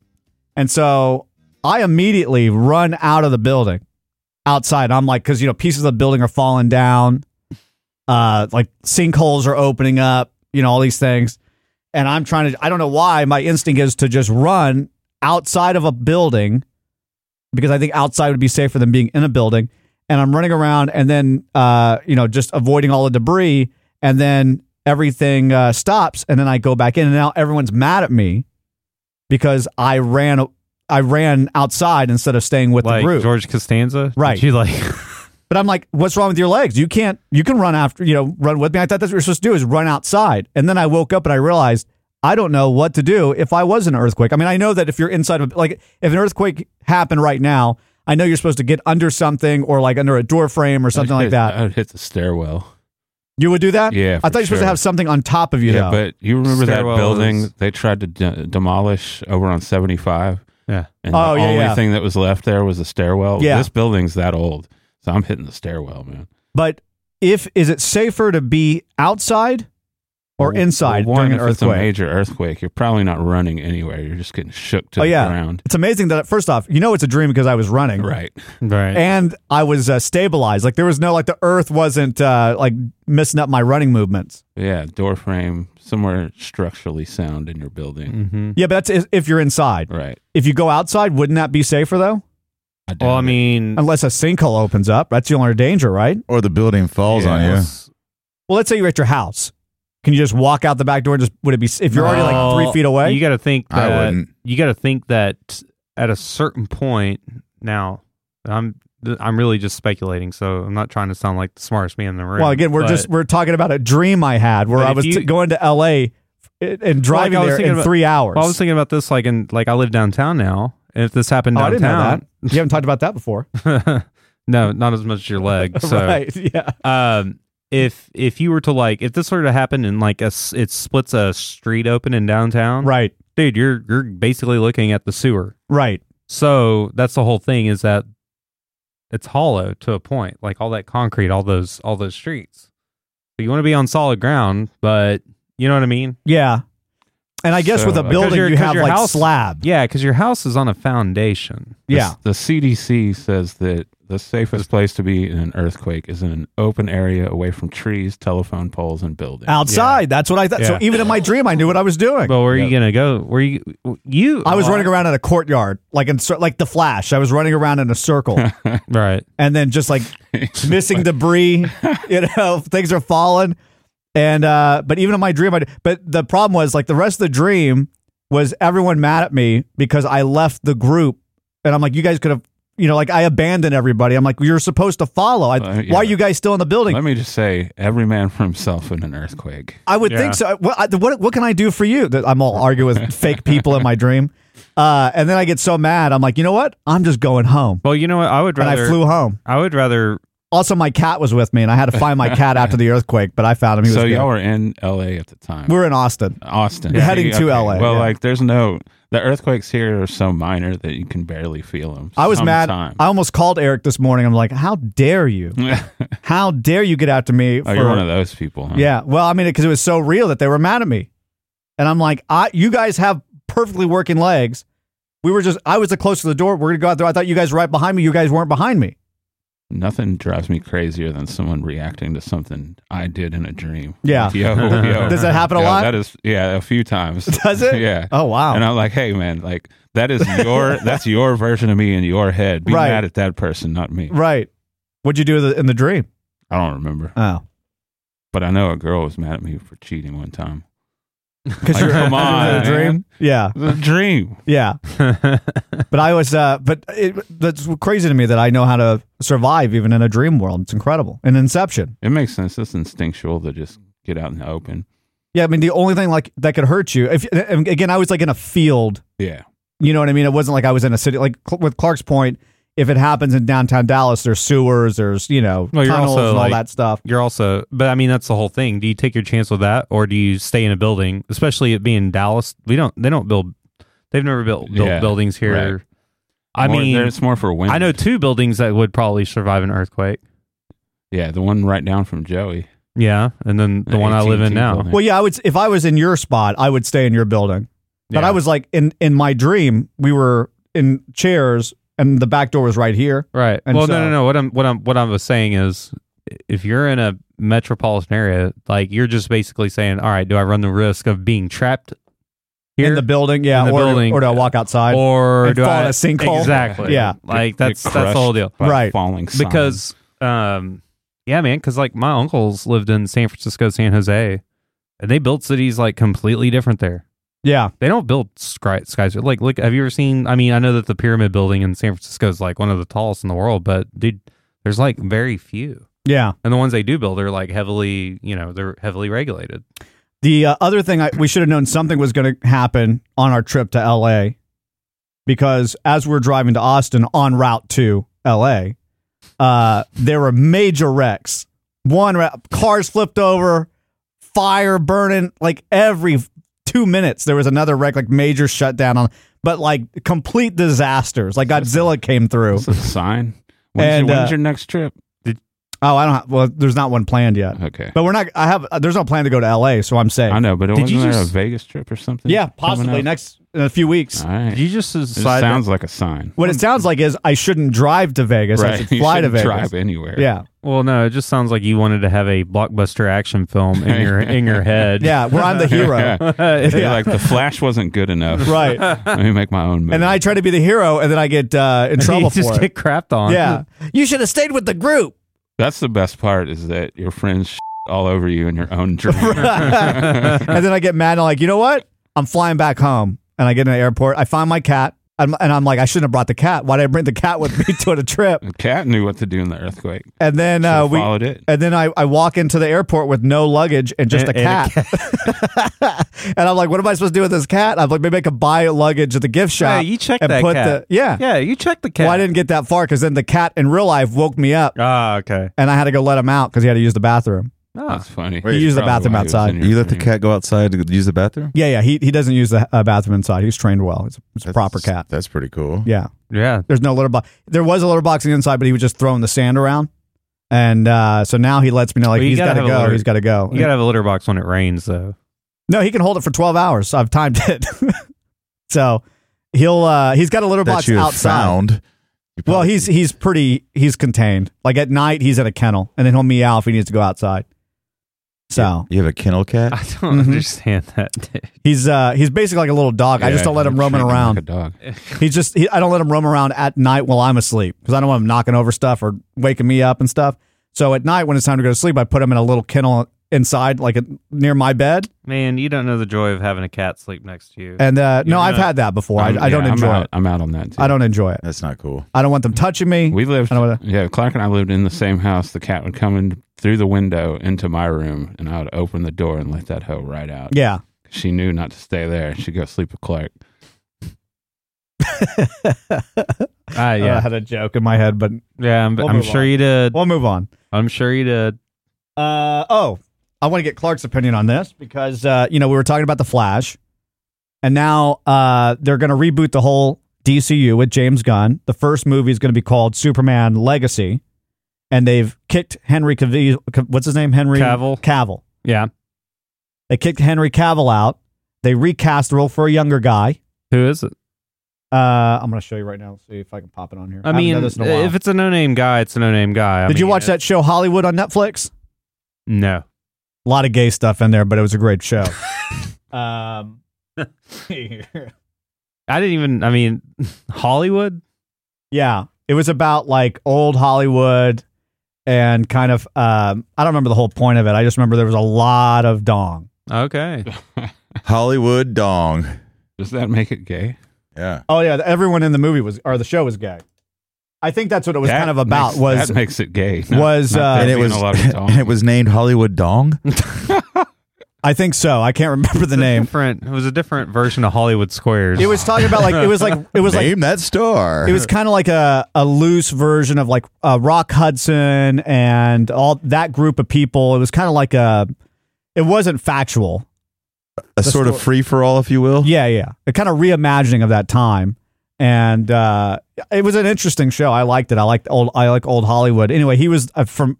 S5: And so I immediately run out of the building outside. I'm like, because, you know, pieces of the building are falling down uh, like sinkholes are opening up, you know, all these things. And I'm trying to, I don't know why, my instinct is to just run outside of a building because I think outside would be safer than being in a building. And I'm running around and then, uh, you know, just avoiding all the debris. And then everything uh, stops. And then I go back in. And now everyone's mad at me because I ran. I ran outside instead of staying with
S7: Like
S5: the group.
S7: George Costanza,
S5: Right.
S7: You like
S5: But I'm like, what's wrong with your legs? You can't, you can run after, you know, run with me. I thought that's what you're supposed to do is run outside. And then I woke up and I realized I don't know what to do if I was in an earthquake. I mean, I know that if you're inside of, like, if an earthquake happened right now, I know you're supposed to get under something or like under a door frame or something
S6: I'd
S5: like
S6: hit-
S5: that.
S6: I would hit the stairwell.
S5: You would do that?
S6: Yeah,
S5: I thought
S6: for
S5: you're supposed to
S6: sure.
S5: have something on top of you,
S6: yeah,
S5: though.
S6: but you remember that
S7: Stairwells.
S6: building they tried to de- demolish over on 75?
S7: Yeah.
S6: And
S5: Oh,
S6: the
S5: yeah,
S6: only
S5: yeah.
S6: thing that was left there was a stairwell.
S5: Yeah.
S6: This building's that old. So I'm hitting the stairwell, man.
S5: But if, is it safer to be outside or
S6: Well,
S5: inside
S6: well, one,
S5: during an
S6: if It's a
S5: earthquake?
S6: major earthquake. You're probably not running anywhere. You're just getting shook to
S5: Oh,
S6: the
S5: yeah.
S6: ground.
S5: It's amazing that, first off, you know, it's a dream because I was running.
S6: Right.
S7: right.
S5: and I was uh, stabilized. Like there was no like the earth wasn't uh, like messing up my running movements.
S6: Yeah. Door frame somewhere structurally sound in your building.
S7: mm-hmm.
S5: Yeah, but that's if- if you're inside.
S6: Right.
S5: If you go outside, wouldn't that be safer though?
S7: Well, I mean,
S5: Unless a sinkhole opens up, that's the only danger, right?
S8: Or the building falls on you.
S7: unless-
S5: Well, let's say you're at your house. Can you just walk out the back door? And just would it be if you're already like
S7: Well,
S5: three feet away?
S7: You got to think.
S8: I
S7: That,
S8: wouldn't.
S7: You got to think that at a certain point. Now, I'm th- I'm really just speculating, so I'm not trying to sound like the smartest man in the room.
S5: well, again, we're
S7: but-
S5: just we're talking about a dream I had where
S7: But
S5: I
S7: if
S5: was
S7: you-
S5: t- going to L.A. f- and driving
S7: I was
S5: there
S7: thinking
S5: in
S7: about-
S5: three hours.
S7: Well, I was thinking about this, like, in like I live downtown now, and if this happened
S5: Oh, I didn't know
S7: downtown,
S5: that. You haven't talked about that before,
S7: no, not as much as your leg. So,
S5: right? Yeah.
S7: um, if if you were to like, if this were to happen and like a s it splits a street open in downtown,
S5: Right.
S7: dude, you're you're basically looking at the sewer.
S5: Right.
S7: So that's the whole thing is that it's hollow to a point, like all that concrete, all those all those streets. So you want to be on solid ground, but you know what I mean?
S5: Yeah. And I guess
S6: So,
S5: with a
S6: because
S5: building,
S7: your-
S5: you
S7: because
S5: have
S7: your
S5: like
S7: house-
S5: slab.
S7: Yeah, because your house is on a foundation.
S6: The-
S5: Yeah.
S6: The CDC says that the safest place to be in an earthquake is in an open area away from trees, telephone poles, and buildings.
S5: Outside. That's what I thought. So
S7: Yeah.
S5: even in my dream, I knew what I was doing.
S7: But where are you gonna go? Where you you?
S5: I was running around in a courtyard, like in cir- like the Flash. I was running around in a circle,
S7: right.
S5: and then just like missing debris. You know, things are falling. And uh, but even in my dream, I d- but the problem was like the rest of the dream was everyone mad at me because I left the group, and I'm like, you guys could have, you know, like I abandoned everybody. I'm like, you're supposed to follow. I,
S6: Uh, yeah.
S5: Why are you guys still in the building?
S6: Let me just say, every man for himself in an earthquake.
S5: I would
S7: Yeah.
S5: think so. What, I- what what can I do for you? That I'm all arguing with fake people in my dream, uh, and then I get so mad. I'm like, you know what? I'm just going home,
S7: Well, you know what? I would
S5: and
S7: rather.
S5: I flew home.
S7: I would rather.
S5: Also, my cat was with me, and I had to find my cat after the earthquake, but I found him. He was
S6: So
S5: good.
S6: y'all were in LA at the time.
S5: we were in Austin.
S6: Austin.
S5: We're heading to LA,
S6: Well,
S5: yeah.
S6: like there's no the earthquakes here are so minor that you can barely feel them.
S5: I was
S6: sometime.
S5: mad. I almost called Eric this morning. I'm like, how dare you? How dare you get after me?
S6: oh, you're one of those people. Huh?
S5: Yeah. Well, I mean, because it was so real that they were mad at me, and I'm like, I, you guys have perfectly working legs. We were just, I was the closest to the door. We're gonna go out there. I thought you guys were right behind me. You guys weren't behind me.
S6: Nothing drives me crazier than someone reacting to something I did in a dream.
S5: Yeah.
S6: Like, Yo, yo.
S5: Does that happen a
S6: Yo,
S5: lot?
S6: That is, Uh-huh. yeah, a few times.
S5: Does it?
S6: yeah.
S5: Oh wow.
S6: And I'm like, hey, man, like that is your that's your version of me in your head. Be
S5: Right.
S6: mad at that person, not me.
S5: right. What'd you do in the, in the dream?
S6: I don't remember,
S5: Oh,
S6: but I know a girl was mad at me for cheating one time.
S5: because
S6: Like,
S5: you're
S6: come on,
S5: in the dream. Yeah,
S6: The dream.
S5: yeah. But I was. Uh, but it, that's crazy to me that I know how to survive even in a dream world. It's incredible. In Inception.
S6: It makes sense. It's instinctual to just get out in the open.
S5: Yeah, I mean the only thing like that could hurt you. If and again, I was like in a field.
S6: Yeah.
S5: You know what I mean? It wasn't like I was in a city. Like Cl- with Clark's point, if it happens in downtown Dallas, there's sewers, there's you know
S7: Well, you're
S5: tunnels and
S7: also,
S5: all
S7: like-
S5: that stuff.
S7: You're also, but I mean, that's the whole thing. Do you take your chance with that, or do you stay in a building? Especially it being Dallas, we don't. They don't build. They've never built, built
S6: Yeah,
S7: buildings here.
S6: right.
S7: I
S6: More-
S7: mean,
S6: it's more for wind.
S7: I know two buildings that would probably survive an earthquake.
S6: Yeah, the one right down from Joey.
S7: Yeah, and then the,
S6: The
S7: one I live in
S6: AT&T
S7: now.
S6: building.
S5: Well, yeah, I would. If I was in your spot, I would stay in your building. But
S7: Yeah.
S5: I was like in in my dream, we were in chairs, and the back door was right here.
S7: Right.
S5: And
S7: well,
S5: so-
S7: no, no, no. What I'm, what I'm, what I was saying is, if you're in a metropolitan area, like you're just basically saying, all right, do I run the risk of being trapped here,
S5: in the building, yeah,
S7: In the
S5: or,
S7: building.
S5: or do I walk outside?
S7: or
S5: and
S7: do
S5: fall
S7: I
S5: in a sinkhole?
S7: Exactly.
S5: Yeah.
S6: Get-
S7: Like that's
S6: get
S7: that's the whole
S6: crushed
S7: deal.
S6: by
S5: Right.
S6: Falling sign.
S7: Because, um, yeah, man. Because like my uncles lived in San Francisco, San Jose, and they built cities like completely different there.
S5: yeah,
S7: They don't build sky skyscrapers. Like, look, have you ever seen? I mean, I know that the pyramid building in San Francisco is like one of the tallest in the world, but dude, there's like very few,
S5: yeah.
S7: and the ones they do build are like heavily, you know, they're heavily regulated.
S5: The uh, other thing I, we should have known something was going to happen on our trip to L.A. because as we're driving to Austin en route to L.A., uh, there were major wrecks. One ra- cars flipped over, fire burning. Like every two minutes, there was another wreck, like major shutdown on. But like complete disasters, like Godzilla came through.
S6: it's a sign. When's,
S5: And,
S6: your,
S5: uh,
S6: when's your next trip?
S5: Oh, I don't. Have, well, there's not one planned yet.
S6: Okay.
S5: But we're not. I have. uh, There's no plan to go to L.A. So I'm safe.
S6: I know, but it
S7: Did
S6: wasn't
S7: you
S6: there
S7: just-
S6: a Vegas trip or something?
S5: Yeah,
S6: coming
S5: possibly
S6: up?
S5: next in a few weeks.
S6: All right.
S7: Did you just
S6: It just
S7: decide? that-
S6: sounds like a sign.
S5: What it sounds like is I shouldn't drive to Vegas. I should
S6: You
S5: fly to
S6: shouldn't
S5: Vegas.
S6: drive anywhere.
S5: Yeah,
S7: well, no, it just sounds like you wanted to have a blockbuster action film in your in your head. Uh,
S5: yeah. Where I'm the hero,
S6: They're
S5: Yeah.
S6: like the Flash wasn't good enough.
S5: right?
S6: Let me make my own movie.
S5: And then I try to be the hero, and then I get uh, in trouble
S7: you just
S5: for it.
S7: get crapped on.
S5: Yeah, you should have stayed with the group.
S6: That's the best part is that your friends shit all over you in your own dream.
S5: and then I get mad and I'm like, you know what? I'm flying back home, and I get in the airport. I find my cat, I'm, and I'm like, I shouldn't have brought the cat. Why did I bring the cat with me to a trip?
S6: The cat knew what to do in the earthquake.
S5: And then uh,
S6: Should've
S5: we.
S6: followed it.
S5: And then I, I walk into the airport with no luggage and just
S7: And-
S5: a
S7: and a
S5: cat. and I'm like, what am I supposed to do with this cat? I'm like, maybe I could buy luggage at the gift
S7: Yeah,
S5: shop.
S7: you check
S5: and
S7: that
S5: put
S7: cat.
S5: The, yeah.
S7: yeah, you check the cat.
S5: Well, I didn't get that far because then the cat in real life woke me up
S7: Ah, okay.
S5: and I had to go let him out because he had to use the bathroom.
S7: Ah.
S6: That's funny.
S8: Wait,
S5: he used the
S6: Probably
S5: bathroom
S6: why he was
S5: outside.
S6: in your
S8: You let the
S6: dream.
S8: cat go outside to use the bathroom?
S5: Yeah, yeah. He, he doesn't use the uh, bathroom inside. He's trained well. He's, he's a proper cat.
S8: That's pretty cool.
S5: Yeah.
S7: Yeah.
S5: There's no litter box. There was a litter box on the inside, but he was just throwing the sand around. And uh, so now he lets me know, like,
S7: Well, you
S5: he's got to
S7: gotta have a
S5: go.
S7: litter-
S5: He's got to go.
S7: You gotta have a litter box when it rains, though.
S5: no, he can hold it for 12 hours. I've timed it. so he'll, uh, he's got a litter
S8: That
S5: box
S8: you have
S5: outside.
S8: found. You
S5: Well,
S8: probably-
S5: he's he's pretty he's contained. Like at night, he's at a kennel, and then he'll meow if he needs to go outside. So
S8: you have a kennel cat.
S7: I don't
S5: Mhm.
S7: understand that. dude.
S5: he's uh he's basically like a little dog. I
S6: Yeah,
S5: just don't let
S6: you
S5: him roaming
S6: treat like
S5: around.
S6: a dog.
S5: He's just he, I don't let him roam around at night while I'm asleep because I don't want him knocking over stuff or waking me up and stuff. So at night when it's time to go to sleep, I put him in a little kennel inside, like a, near my bed.
S7: Man, you don't know the joy of having a cat sleep next to you.
S5: And uh, no,
S7: You're
S5: I've
S7: not-
S5: had that before. I,
S6: I'm-
S5: I don't
S6: yeah, I'm
S5: enjoy
S6: out-
S5: it.
S6: I'm out on that. Too.
S5: I don't enjoy it.
S8: That's not cool.
S5: I don't want them touching me.
S6: We lived.
S5: I don't wanna-
S6: yeah, Clark and I lived in the same house. The cat would come in through the window into my room, and I would open the door and let that hoe right out.
S5: yeah,
S6: She knew not to stay there. She'd go sleep with Clark.
S7: Ah,
S5: I
S7: yeah,
S5: had a joke in my head, but
S7: yeah. I'm,
S5: We'll
S7: I'm
S5: move
S7: sure
S5: on.
S7: you did.
S5: we'll move on.
S7: I'm sure you did.
S5: Uh, oh, I want to get Clark's opinion on this because uh, you know we were talking about the Flash, and now uh, they're going to reboot the whole DCU with James Gunn. The first movie is going to be called Superman Legacy, and they've kicked Henry Cavill. What's his name? Henry
S7: Cavill.
S5: Cavill.
S7: Yeah.
S5: They kicked Henry Cavill out. They recast the role for a younger guy.
S7: Who is it?
S5: Uh, I'm going to show you right now. See if I can pop it on here.
S7: I
S5: haven't
S7: mean,
S5: done this in a while.
S7: if it's a no-name guy, it's a no-name guy. I
S5: did you
S7: mean,
S5: watch
S7: it-
S5: that show Hollywood on Netflix?
S7: No.
S5: A lot of gay stuff in there, but it was a great show. um,
S7: I didn't even. I mean, Hollywood.
S5: yeah, it was about like old Hollywood and kind of. Um, I don't remember the whole point of it. I just remember there was a lot of dong.
S7: Okay.
S8: Hollywood dong.
S6: Does that make it gay?
S8: Yeah.
S5: Oh yeah, everyone in the movie was or the show was gay. I think that's what it was
S6: That
S5: kind of about.
S6: makes-
S5: was
S6: that makes it gay? Not-
S5: was,
S6: not
S5: uh,
S6: there
S8: and it
S6: being
S8: was
S6: a lot of dog.
S8: and it was named Hollywood dong.
S5: I think so. I can't remember the
S7: It's a
S5: name.
S7: Different. It was a different version of Hollywood Squares.
S5: It was talking about like it was like it was like
S8: Name that star.
S5: it was kind of like a, a loose version of like uh, Rock Hudson and all that group of people. It was kind of like a. It wasn't factual.
S8: a sort of free for all, if you will.
S5: Yeah, yeah. A kind of reimagining of that time. And uh, it was an interesting show. I liked it. I liked old. I like old Hollywood. Anyway, he was uh, from.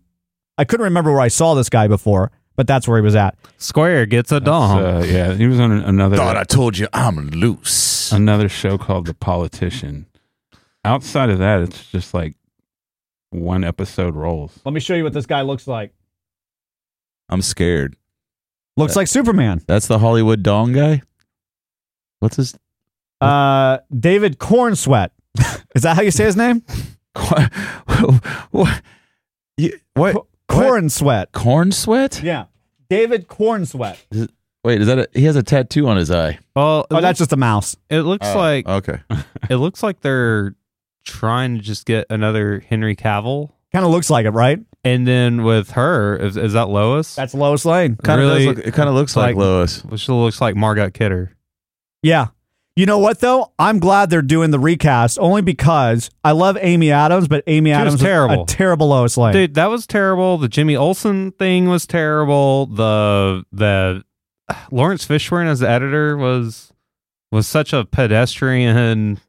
S5: I couldn't remember where I saw this guy before, but that's where he was at.
S7: Square gets a dong.
S6: So, uh, yeah, he was on an- another
S8: Thought I told you I'm loose.
S6: another show called The Politician. Outside of that, it's just like one episode rolls.
S5: Let me show you what this guy looks like.
S8: I'm scared.
S5: Looks like Superman.
S8: That's the Hollywood dong guy. What's his?
S5: Uh, David Cornsweat. Is that how you say his name?
S8: What? What? You- what?
S5: Cornsweat.
S8: Corn sweat?
S5: Yeah. David Cornsweat.
S8: Wait, is that a, he has a tattoo on his eye?
S7: well, it,
S5: Oh, that's
S7: looks,
S5: just uh, a mouse.
S7: it looks
S8: Oh,
S7: like
S8: okay.
S7: it looks like they're trying to just get another Henry Cavill,
S5: Kind of looks like it, right?
S7: and then with her, is, is that Lois?
S5: That's Lois Lane.
S8: Kind of
S7: Really-
S8: does look, it kind of looks
S7: like-
S8: like, Lois.
S7: which looks like Margot Kidder.
S5: Yeah. You know what though? I'm glad they're doing the recast only because I love Amy Adams, but Amy
S7: was
S5: Adams was
S7: terrible.
S5: a terrible Lois Lane.
S7: Dude, that was terrible. The Jimmy Olsen thing was terrible. The the Lawrence Fishburne as the editor was was such a pedestrian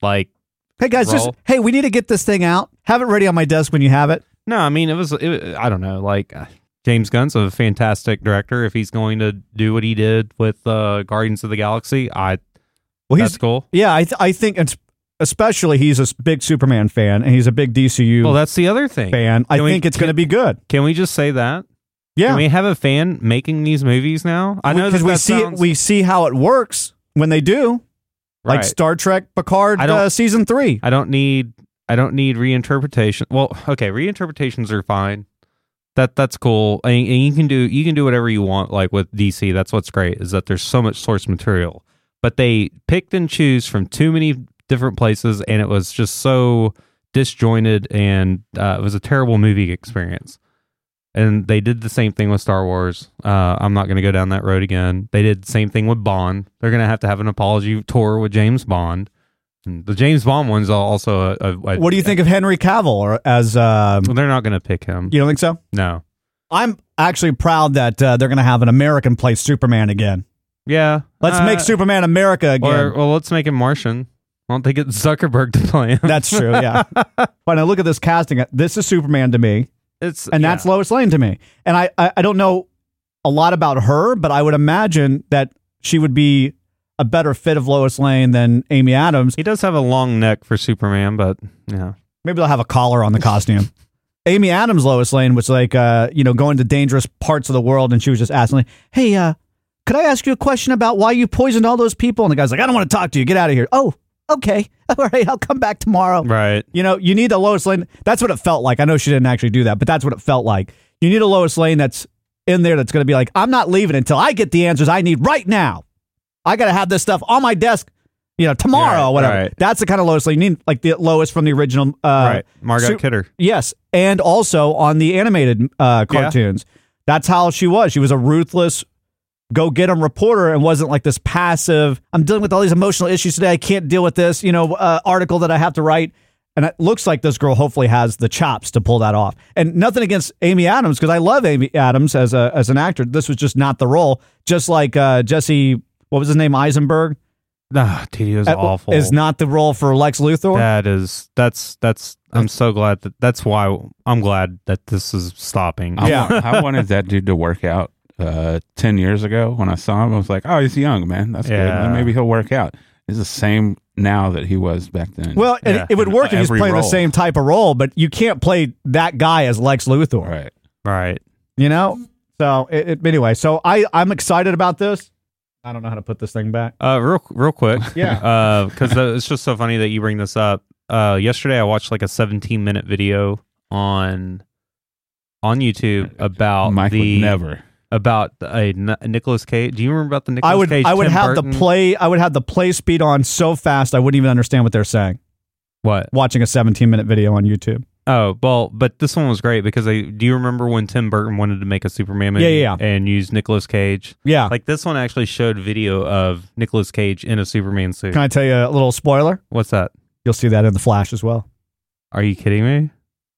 S7: like
S5: hey guys, just
S7: Roll.
S5: hey, we need to get this thing out. Have it ready on my desk when you have it.
S7: No, I mean it was. It, I don't know. Like uh, James Gunn's a fantastic director. If he's going to do what he did with uh, Guardians of the Galaxy, I
S5: Well,
S7: that's
S5: he's
S7: cool.
S5: yeah. I th- I think it's especially he's a s- big Superman fan and he's a big DCU
S7: Well, that's the other thing.
S5: fan. I
S7: Can we-
S5: think it's going to be good.
S7: Can we just say that?
S5: Yeah,
S7: Can we have a fan making these movies now? I know
S5: because
S7: that
S5: we
S7: that
S5: see
S7: sounds-
S5: we see how it works when they do, like
S7: Right.
S5: Star Trek Picard
S7: I don't-
S5: uh, season three.
S7: I don't need I don't need reinterpretation. Well, okay, reinterpretations are fine. That that's cool. And, and you can do you can do whatever you want like with DC. That's what's great is that there's so much source material. But they picked and choose from too many different places and it was just so disjointed and uh, it was a terrible movie experience. And they did the same thing with Star Wars. Uh, I'm not going to go down that road again. They did the same thing with Bond. They're going to have to have an apology tour with James Bond. And the James Bond one's al- also a. a- a-
S5: What do you think of Henry Cavill or as? Um,
S7: Well, they're not going to pick him.
S5: you don't think so?
S7: No.
S5: I'm actually proud that uh, they're going to have an American play Superman again.
S7: Yeah.
S5: Let's
S7: Uh,
S5: make Superman America again.
S7: Or well, let's make him Martian. Why don't they get Zuckerberg to play him?
S5: That's true. Yeah. but I look at this casting. This is Superman to me,
S7: It's
S5: and that's
S7: yeah.
S5: Lois Lane to me. And I, I, I don't know a lot about her, but I would imagine that she would be a better fit of Lois Lane than Amy Adams.
S7: he does have a long neck for Superman, but yeah.
S5: Maybe they'll have a collar on the costume. Amy Adams Lois Lane was like, uh, you know, going to dangerous parts of the world, and she was just asking, like, "Hey, uh, could I ask you a question about why you poisoned all those people?" And the guy's like, "I don't want to talk to you. Get out of here." Oh, okay, all right, I'll come back tomorrow.
S7: Right.
S5: You know, you need a Lois Lane. That's what it felt like. I know she didn't actually do that, but that's what it felt like. You need a Lois Lane that's in there that's going to be like, I'm not leaving until I get the answers I need right now. I got to have this stuff on my desk, you know, tomorrow
S7: Right,
S5: or whatever.
S7: right.
S5: That's the kind of Lois Lane you need, like the Lois from the original. Uh,
S7: right. Margot
S5: Su-
S7: Kidder.
S5: Yes. And also on the animated uh,
S7: Yeah.
S5: cartoons. That's how she was. She was a ruthless, go get 'em reporter and wasn't like this passive, I'm dealing with all these emotional issues today. I can't deal with this, you know, uh, article that I have to write. And it looks like this girl hopefully has the chops to pull that off. And nothing against Amy Adams because I love Amy Adams as a as an actor. This was just not the role. Just like uh, Jesse, what was his name, Eisenberg,
S7: Ah, dude, he was
S5: Uh,
S7: awful.
S5: is not the role for Lex Luthor.
S7: That is that's that's. I'm so glad that that's why I'm glad that this is stopping.
S6: I,
S5: Yeah.
S6: wa- I wanted that dude to work out uh, 10 years ago when I saw him. I was like, oh, he's young, man. That's
S7: Yeah.
S6: good. Maybe he'll work out. He's the same now that he was back then.
S5: Well, and
S7: Yeah.
S5: it would work if he's
S6: Every
S5: playing the
S6: role.
S5: same type of role, but you can't play that guy as Lex Luthor,
S6: right.
S7: Right.
S5: you know? So, it, it, anyway, so I, I'm excited about this. I don't know how to put this thing back.
S7: Uh, real real quick.
S5: Yeah.
S7: Uh, because it's just so funny that you bring this up. Uh, yesterday I watched like a 17 minute video on on YouTube about
S6: Mike
S7: Oh, the
S6: would never.
S7: about a Nicholas Cage. Do you remember about the Nicholas
S5: I would
S7: Cage?
S5: I would
S7: Tim
S5: have
S7: Burton?
S5: the play I would have the play speed on so fast I wouldn't even understand what they're saying.
S7: What?
S5: Watching a 17 minute video on YouTube.
S7: Oh well, but this one was great because they. Do you remember when Tim Burton wanted to make a Superman movie?
S5: Yeah, yeah,
S7: And use Nicolas Cage.
S5: Yeah.
S7: Like this one actually showed video of Nicolas Cage in a Superman suit.
S5: Can I tell you a little spoiler?
S7: What's that?
S5: You'll see that in the Flash as well.
S7: Are you kidding me?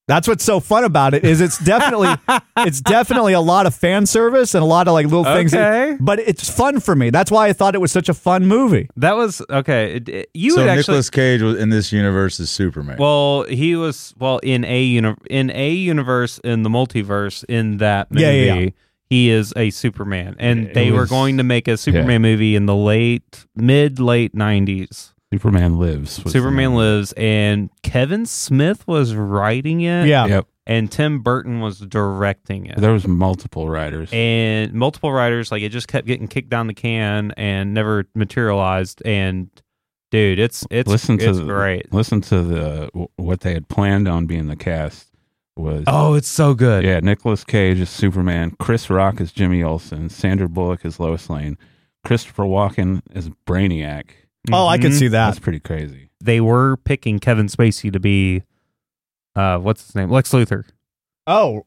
S5: That's what's so fun about it is it's definitely it's definitely a lot of fan service and a lot of like little things. that-
S7: Okay.
S5: but it's fun for me. That's why I thought it was such a fun movie.
S7: That was okay. It, it- you
S8: so
S7: would actually.
S8: Nicolas Cage was in this universe is Superman.
S7: well, he was well in a uni- in a universe in the multiverse in that movie.
S5: Yeah, yeah, yeah.
S7: He is a Superman, and
S6: It
S7: they were
S6: was-
S7: going to make a Superman movie in the late mid late nineties.
S6: Superman Lives. was the
S7: Superman
S6: name.
S7: Lives, and Kevin Smith was writing it.
S5: Yeah.
S6: Yep.
S7: And Tim Burton was directing it.
S6: There was multiple writers.
S7: and multiple writers, like it just kept getting kicked down the can and never materialized. And dude, it's it's
S6: listen to
S7: it's
S6: the,
S7: great.
S6: Listen to the wh- what they had planned on being the cast was.
S7: Oh, it's so good.
S6: Yeah, Nicolas Cage is Superman. Chris Rock is Jimmy Olsen. Sandra Bullock is Lois Lane. Christopher Walken is Brainiac.
S5: Oh, I could
S7: Mhm.
S5: see that.
S6: That's pretty crazy.
S7: They were picking Kevin Spacey to be, uh, what's his name? Lex Luthor.
S5: Oh,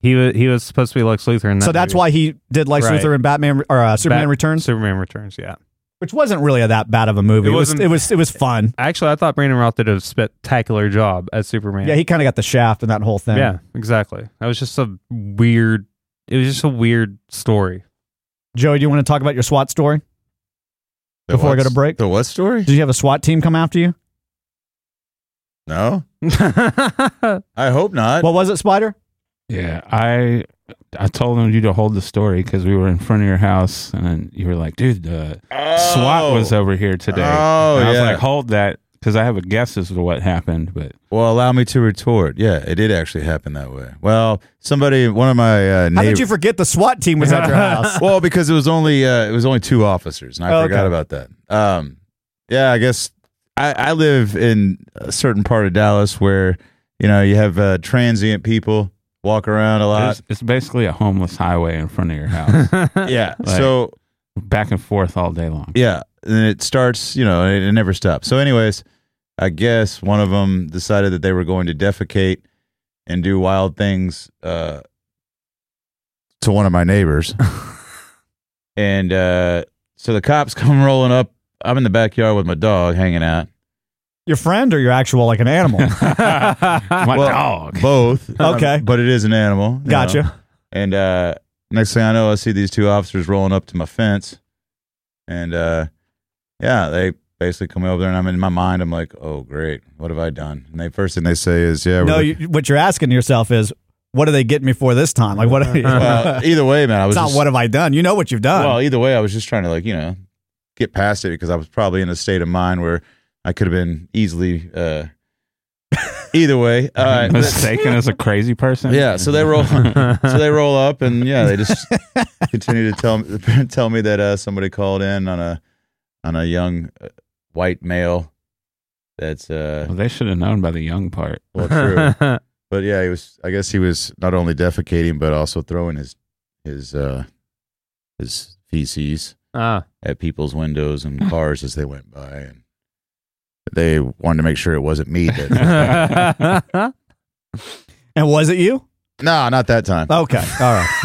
S7: He was he was supposed to be Lex Luthor in that.
S5: so that's
S7: movie.
S5: why he did Lex
S7: Right.
S5: Luthor in Batman or uh, Superman
S7: Bat-
S5: Returns,
S7: Superman Returns. Yeah.
S5: which wasn't really that bad of a movie.
S7: It
S5: It, was.
S7: wasn't-
S5: It was. It was fun.
S7: Actually, I thought Brandon Roth did a spectacular job as Superman.
S5: Yeah, he kind of got the shaft in that whole thing.
S7: Yeah, exactly. That was just a weird. It was just a weird story.
S5: Joey, do you want to talk about your SWAT story?
S8: The
S5: before I go
S8: what's-
S5: to break?
S8: The what story?
S5: Did you have a SWAT team come after you?
S8: No, I hope not.
S5: What was it, Spider?
S6: Yeah, I I told him you to hold the story because we were in front of your house and you were like, dude, the SWAT was over here today.
S8: Oh,
S6: And I was
S8: yeah.
S6: like, hold that because I have a guess as to what happened, but
S8: Well, allow me to retort. Yeah, it did actually happen that way. Well, somebody, one of my uh,
S5: How
S8: neighbors.
S5: did you forget the SWAT team was at your house?
S8: well, because it was only uh, it was only two officers, and I
S5: Oh, okay.
S8: forgot about that. Um, yeah, I guess I, I live in a certain part of Dallas where you know you have uh, transient people walk around a lot.
S6: it's, it's basically a homeless highway in front of your house,
S8: yeah,
S6: Right.
S8: so
S6: back and forth all day long.
S8: yeah, and it starts. You know, it, it never stops. So, anyways, I guess one of them decided that they were going to defecate and do wild things uh, to one of my neighbors. and uh, so the cops come rolling up. I'm in the backyard with my dog hanging out.
S5: Your friend or your actual like an animal?
S6: My
S8: Well,
S6: dog.
S8: Both.
S5: Okay.
S8: but it is an animal. you know.
S5: Gotcha.
S8: And uh, next thing I know, I see these two officers rolling up to my fence. And uh, yeah, they basically come over there, and I'm in my mind, I'm like, oh, great. What have I done? And they first thing they say is, yeah, we're
S5: No, you, what you're asking yourself is, what do they get me for this time? Like what?
S8: well, either way, man, I was
S5: it's not
S8: just-
S5: what have I done? You know what you've done.
S8: Well, either way, I was just trying to like you know get past it because I was probably in a state of mind where I could have been easily. uh Either way, uh,
S6: Mistaken as a crazy person.
S8: yeah. So they roll, so they roll up, and yeah, they just continue to tell tell me that uh, somebody called in on a on a young uh, white male. That's uh,
S6: Well, they should have known by the young part.
S8: well, true.
S7: Ah.
S8: But yeah, he was. I guess he was not only defecating but also throwing his his uh his feces
S7: ah,
S8: at people's windows and cars as they went by and they wanted to make sure it wasn't me that
S5: and was it you?
S8: no not that time
S5: Okay. All right.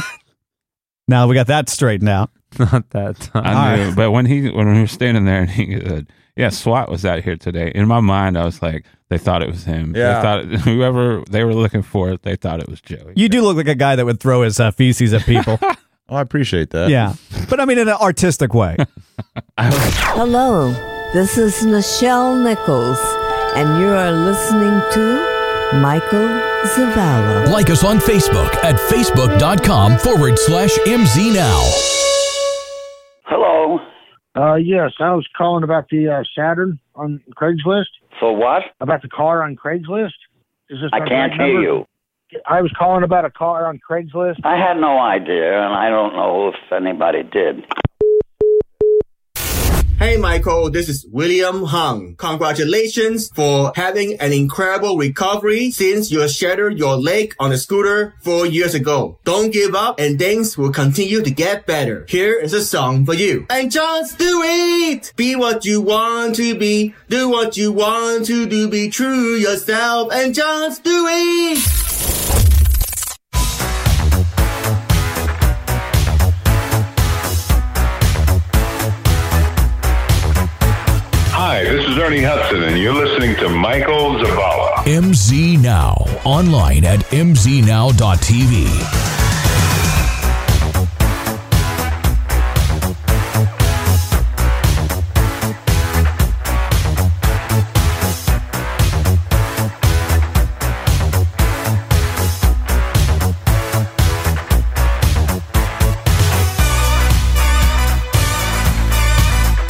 S5: now we got that straightened out.
S7: not that time.
S6: I
S5: All
S6: knew, but when he when we were standing there and he said, "Yeah, SWAT was out here today." In my mind, I was like, "They thought it was him.
S8: Yeah.
S6: They thought whoever they were looking for, they thought it was Joey."
S5: You do look like a guy that would throw his uh, feces at people.
S8: oh i appreciate that
S5: yeah. But I mean, in an artistic way.
S9: Hello, this is Nichelle Nichols, and you are listening to Michael Zavala.
S1: Like us on Facebook at facebook.com forward slash MZ Now.
S10: Hello. Uh, yes, I was calling about the uh, Saturn on Craigslist.
S3: For what?
S10: About the car on Craigslist. Is this
S3: I
S10: the
S3: can't
S10: right
S3: hear
S10: number?
S3: you.
S10: I was calling about a car on Craigslist.
S3: I had no idea, and I don't know if anybody did.
S11: Hey Michael, this is William Hung. Congratulations for having an incredible recovery since you shattered your leg on a scooter four years ago. Don't give up and things will continue to get better. Here is a song for you. And just do it! Be what you want to be. Do what you want to do. Be true yourself and just do it!
S3: Hi, this is Ernie Hudson, and you're listening to Michael Zavala.
S1: MZ Now. Online at mznow.tv.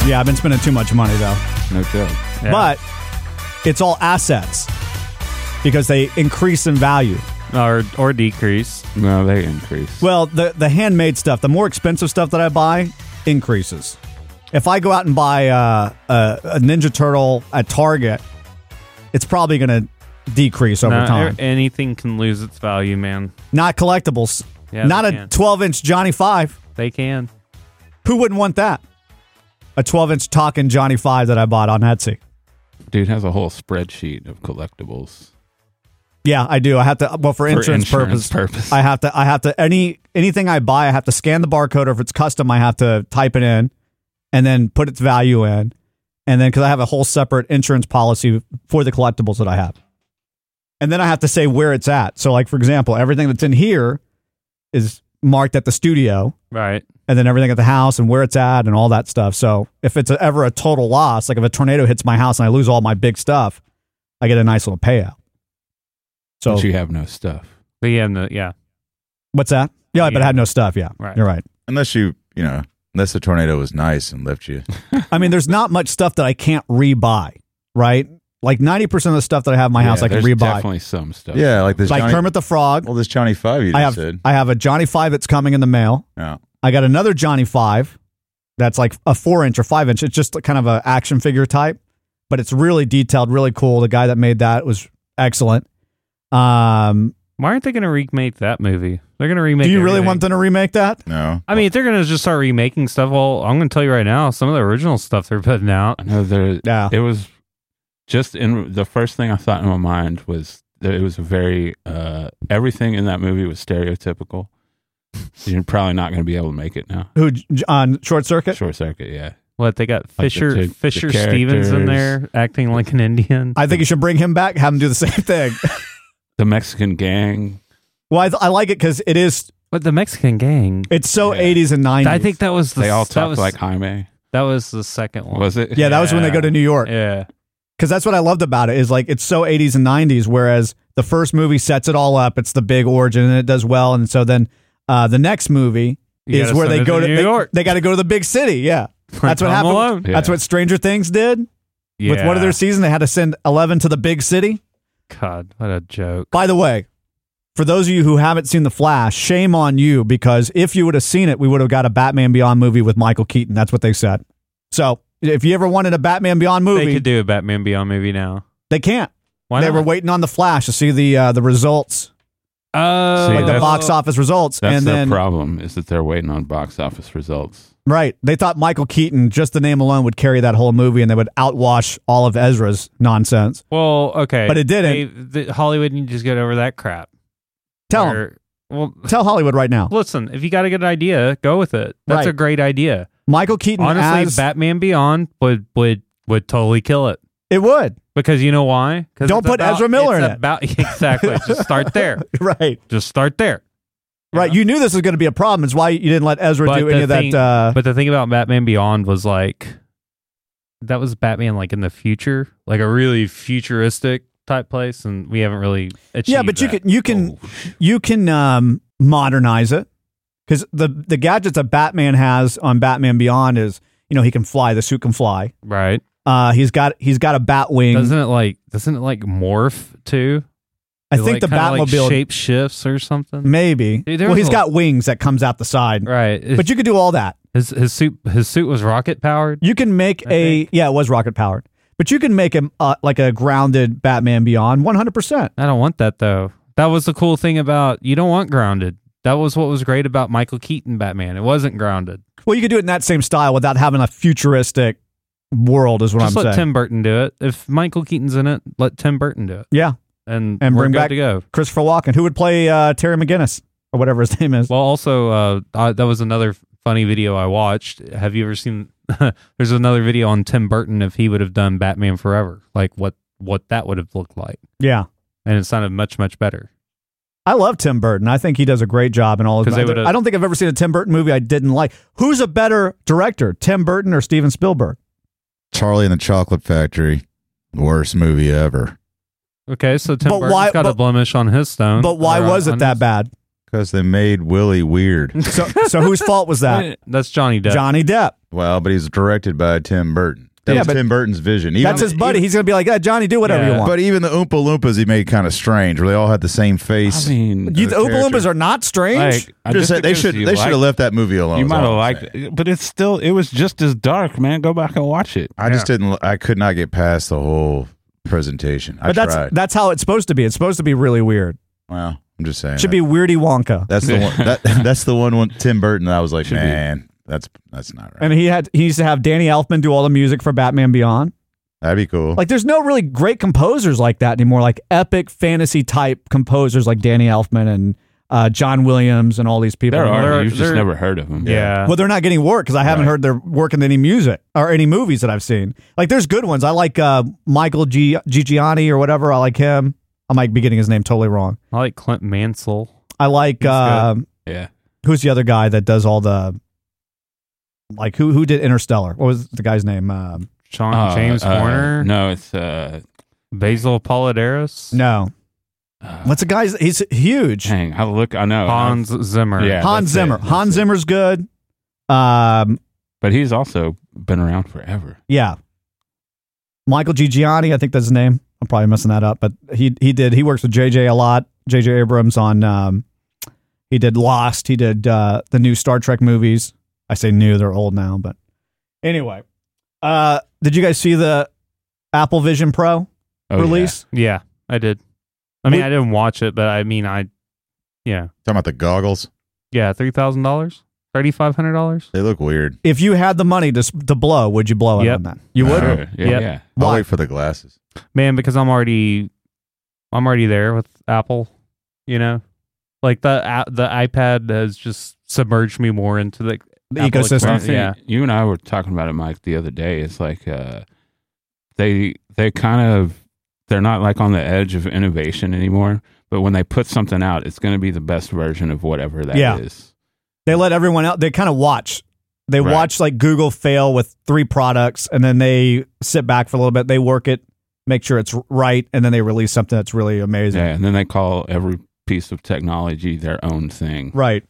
S5: Yeah. I've been spending too much money though.
S8: no joke
S7: Yeah.
S5: But it's all assets because they increase in value.
S7: or or decrease.
S6: no, they increased.
S5: Well, the the handmade stuff, the more expensive stuff that I buy, increases. If I go out and buy uh, a, a Ninja Turtle at Target, it's probably going to decrease over
S7: Nah,
S5: time.
S7: a- anything can lose its value, man.
S5: Not collectibles.
S7: Yeah,
S5: Not
S7: they
S5: a
S7: can.
S5: 12 inch Johnny Five.
S7: They can.
S5: Who wouldn't want that? A 12 inch talking Johnny Five that I bought on Etsy.
S6: Dude has a whole spreadsheet of collectibles.
S5: Yeah, I do. I have to. Well, for, insurance,
S6: insurance
S5: purpose,
S6: purpose.
S5: I have to. I have to. Any anything I buy, I have to scan the barcode, or if it's custom, I have to type it in, and then put its value in, and then because I have a whole separate insurance policy for the collectibles that I have, and then I have to say where it's at. So, like for example, everything that's in here is marked at the studio,
S7: Right.
S5: and then everything at the house and where it's at and all that stuff. So if it's ever a total loss, like if a tornado hits my house and I lose all my big stuff, I get a nice little payout. So
S6: but you have no stuff.
S7: But yeah, no, yeah.
S5: What's that? Yeah, but I had no stuff. Yeah,
S7: Right.
S5: you're right.
S8: Unless you, you know, unless the tornado was nice and left you.
S5: I mean, there's not much stuff that I can't rebuy, right? Like 90% of the stuff that I have in my house, I can
S6: there's
S5: rebuy.
S6: Definitely some stuff.
S8: Yeah, like this
S5: like
S8: Johnny,
S5: Kermit the Frog.
S8: Well, this Johnny Five you just
S5: I have
S8: said.
S5: I have a Johnny Five that's coming in the mail.
S8: Yeah.
S5: I got another Johnny Five that's like a four inch or five inch. It's just kind of a action figure type, but it's really detailed, really cool. The guy that made that was excellent. Um,
S7: Why aren't they going to remake that movie? They're going to remake.
S5: do you really
S7: everything.
S5: want them to remake that?
S8: No.
S7: I mean, if they're going to just start remaking stuff, well, I'm going to tell you right now, some of the original stuff they're putting out.
S6: No, there.
S5: Yeah.
S6: It was just in the first thing I thought in my mind was that it was a very uh, everything in that movie was stereotypical. You're probably not going to be able to make it now.
S5: Who J- on Short Circuit?
S6: Short circuit, yeah.
S7: What they got
S6: Like the
S7: Fisher
S6: two- the
S7: Fisher Stevens in there acting like an Indian.
S5: I think you should bring him back, have him do the same thing.
S6: The Mexican gang.
S5: well, I, th- I like it because it is.
S7: But the Mexican gang.
S5: It's so 80s and 90s.
S7: I think that was the
S6: They all
S7: s- that
S6: talk
S7: was,
S6: like Jaime.
S7: that was the second one.
S6: Was it?
S5: yeah, that was when they go to New York.
S7: Yeah.
S5: Because that's what I loved about it is like it's so 80s and 90s, whereas the first movie sets it all up. It's the big origin and it does well. And so then uh, the next movie
S7: You
S5: is
S7: gotta
S5: where they
S7: send it
S5: go
S7: to
S5: to
S7: New
S5: they,
S7: York.
S5: They got to go to the big city. Yeah. That's what
S7: Home
S5: happened.
S7: Alone.
S5: That's
S6: Yeah.
S5: what Stranger Things did
S7: Yeah.
S5: with one of their seasons. They had to send 11 to the big city.
S7: God, what a joke.
S5: By the way, for those of you who haven't seen The Flash, shame on you because if you would have seen it, we would have got a Batman Beyond movie with Michael Keaton. That's what they said. So if you ever wanted a Batman Beyond movie,
S7: They could do a Batman Beyond movie now.
S5: they can't.
S7: Why
S5: they
S7: not?
S5: were waiting on the Flash to see the uh, the results,
S7: Oh,
S6: See,
S5: like the
S6: that's-
S5: box office results,
S6: That's
S5: and
S6: their
S5: then
S6: problem is that they're waiting on box office results.
S5: right, they thought Michael Keaton, just the name alone, would carry that whole movie, and they would outwash all of Ezra's nonsense.
S7: Well, okay,
S5: But it didn't.
S7: They, the, Hollywood, you just get over that crap.
S5: Tell 'em.
S7: Or- Well,
S5: Tell Hollywood right now,
S7: listen, if you got a good idea, go with it.
S5: Right.
S7: That's a great idea.
S5: Michael Keaton
S7: Honestly,
S5: as
S7: Batman Beyond would would would totally kill it
S5: it would
S7: because you know why? 'Cause
S5: Don't
S7: it's
S5: put Ezra Miller
S7: it's
S5: in it.
S7: about- exactly. Just start there.
S5: right,
S7: Just start there.
S5: right. You knew this was going to be a problem. It's why you didn't let Ezra
S7: But
S5: do
S7: the
S5: any of
S7: thing-
S5: that. Uh,
S7: But the thing about Batman Beyond was like that was Batman like in the future, like a really futuristic type place, and we haven't really achieved.
S5: yeah, but you
S7: that. Oh.
S5: can you can you can um, modernize it because the the gadgets that Batman has on Batman Beyond is you know he can fly. The suit can fly.
S7: right.
S5: Uh, he's got he's got a bat wing.
S7: Doesn't it like doesn't it like morph too?
S5: I
S7: It,
S5: think
S7: like,
S5: the
S7: kinda, like,
S5: Batmobile
S7: shape shifts or something.
S5: maybe.
S7: Dude, there
S5: well,
S7: was
S5: he's
S7: a-
S5: got wings that comes out the side.
S7: Right.
S5: But you could do all that.
S7: his his suit his suit was rocket powered.
S5: You can make
S7: I
S5: a
S7: think.
S5: yeah, it was rocket powered. But you can make him uh, like a grounded Batman Beyond 100%.
S7: I don't want that though. That was the cool thing about you don't want grounded. That was what was great about Michael Keaton Batman. It wasn't grounded.
S5: Well, you could do it in that same style without having a futuristic world is what
S7: Just
S5: I'm
S7: let
S5: saying.
S7: Tim Burton do it. If Michael Keaton's in it, let Tim Burton do it.
S5: yeah,
S7: And,
S5: And
S7: we're
S5: bring
S7: good
S5: back-
S7: to go.
S5: Christopher Walken who would play uh, Terry McGinnis or whatever his name is.
S7: Well, also uh, I, that was another funny video I watched. Have you ever seen? there's another video on Tim Burton if he would have done Batman Forever, like what what that would have looked like,
S5: yeah.
S7: and it sounded much much better.
S5: I love Tim Burton. I think he does a great job in all his
S7: 'Cause they would've-
S5: I don't think I've ever seen a Tim Burton movie I didn't like. Who's a better director, Tim Burton or Steven Spielberg?
S7: Mm-hmm.
S8: Charlie and the Chocolate Factory, worst movie ever.
S7: Okay, so Tim
S5: But
S7: Burton's
S5: why-
S7: got a
S5: but-
S7: blemish on his stone.
S5: But why
S7: or on-
S5: was it
S7: on
S5: that
S7: his-
S5: bad?
S8: Because they made Willie weird.
S5: So, so whose fault was that?
S7: That's Johnny Depp.
S5: Johnny Depp.
S8: well, but he's directed by Tim Burton. That
S5: Yeah,
S8: was
S5: but-
S8: Tim Burton's vision. Even-
S5: That's his buddy. He's gonna be like, yeah, Johnny, do whatever
S7: Yeah.
S5: you want.
S8: But even the Oompa Loompas he made kind of strange, where they all had the same face.
S6: I mean,
S5: you, the
S8: the
S5: Oompa Loompas
S8: character.
S5: are not strange.
S6: like, I
S8: just
S6: just
S8: said they
S6: because
S8: should
S6: you
S8: they should have
S6: like-
S8: left that movie alone.
S6: You
S8: is
S6: might have
S8: all I'm
S6: liked
S8: saying.
S6: it, but it's still it was just as dark, man. Go back and watch it.
S8: I just didn't. I could not get past the whole presentation. I
S5: but that's
S8: tried.
S5: that's how it's supposed to be. It's supposed to be really weird.
S8: well, I'm just saying.
S5: It should be Weirdy Wonka.
S8: That's the one. That, that's the one. One Tim Burton. That I was like, man, that's that's not right.
S5: And he had he used to have Danny Elfman do all the music for Batman Beyond.
S8: That'd be cool.
S5: Like there's no really great composers like that anymore, like epic fantasy type composers like Danny Elfman and uh, John Williams and all these people.
S6: There are
S7: They're-
S6: you've just
S7: they're-
S6: never heard of them.
S7: Yeah.
S5: Well, they're not getting work because I haven't heard they're working any music or any movies that I've seen. Like, there's good ones. I like uh, Michael G- Gigiani or whatever. I like him. I might be getting his name totally wrong.
S7: I like Clint Mansell.
S5: I like uh,
S6: yeah.
S5: who's the other guy that does all the like who who did Interstellar? What was the guy's name? Um,
S7: Sean
S6: Uh,
S7: James
S6: uh,
S7: Horner.
S6: No, it's uh,
S7: Basil Polidaris?
S5: No. What's a guy's? He's huge.
S6: Hang, I look. I know
S7: Hans Zimmer.
S6: Yeah,
S5: Hans
S6: that's
S5: Zimmer.
S6: it.
S5: Hans Zimmer's good. Um,
S6: but he's also been around forever.
S5: yeah. Michael Gigiani, I think that's his name. I'm probably messing that up, but he he did. He works with JJ a lot. JJ Abrams on. Um, he did Lost. He did uh, the new Star Trek movies. I say new; they're old now, but anyway. Uh, did you guys see the Apple Vision Pro
S6: Oh,
S5: release?
S7: Yeah, I did. I mean, I didn't watch it, but I mean, I, yeah,
S8: Talking about the goggles.
S7: yeah, three thousand dollars, thirty five hundred dollars.
S8: They look weird.
S5: If you had the money to s- to blow, would you blow it
S7: Yep.
S5: on that? You would.
S6: Sure. Yeah,
S7: Yep.
S6: yeah.
S8: I'll
S5: Why?
S8: wait for the glasses.
S7: man, because I'm already, I'm already there with Apple. You know, like the a- the iPad has just submerged me more into the,
S5: The
S7: Apple
S5: ecosystem.
S6: Well, I
S7: experience.
S6: think
S7: Yeah,
S6: You and I were talking about it, Mike, the other day. It's like uh, they they kind of they're not like on the edge of innovation anymore. But when they put something out, it's going to be the best version of whatever that is.
S5: Yeah. they let everyone else they kind of watch they
S6: Right.
S5: watch like google fail with three products and then they sit back for a little bit they work it make sure it's right and then they release something that's really amazing
S6: Yeah, and then they call every piece of technology their own thing.
S5: right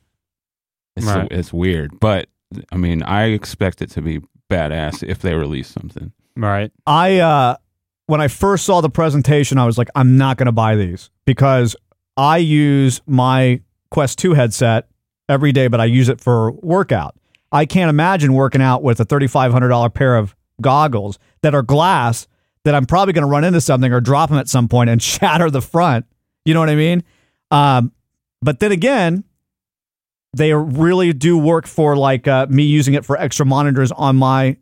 S6: It's
S7: Right.
S6: it's weird, but I mean, I expect it to be badass if they release something.
S7: right.
S5: i uh when i first saw the presentation i was like i'm not going to buy these because i use my quest 2 headset every day but i use it for workout i can't imagine working out with a $3500 pair of goggles that are glass that i'm probably going to run into something or drop them at some point and shatter the front you know what i mean um, but then again they really do work for like uh, me using it for extra monitors on my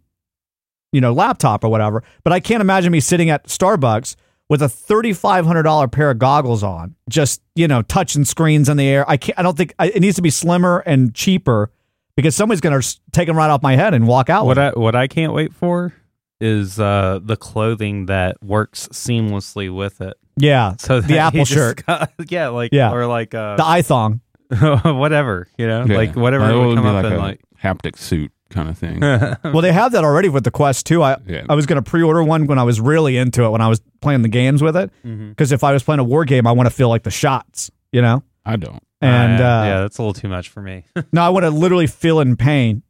S5: you know, laptop or whatever. But I can't imagine me sitting at Starbucks with a $3,500 pair of goggles on, just, you know, touching screens in the air. I can't, I don't think I, it needs to be slimmer and cheaper because somebody's going to take them right off my head and walk out
S7: What
S5: with
S7: I what I can't wait for is uh the clothing that works seamlessly with it.
S5: it. Yeah.
S7: So that
S5: the
S7: you
S5: Apple
S7: just
S5: shirt,
S7: got- yeah, like
S5: Yeah.
S7: or like uh,
S5: the eye thong.
S7: whatever, you know, like whatever
S6: That
S7: it would
S6: be
S7: come up
S6: like a
S7: in like.
S6: haptic suit kind of thing.
S5: Well, they have that already with the Quest 2. I,
S6: Yeah.
S5: I was going to pre order one when I was really into it, when I was playing the games with it.
S7: Mm-hmm.
S5: Because if I was playing a war game, I want to feel like the shots, you know?
S6: I don't.
S5: And
S7: yeah,
S5: uh,
S7: yeah, that's a little too much for me.
S5: no, I want to literally feel in pain.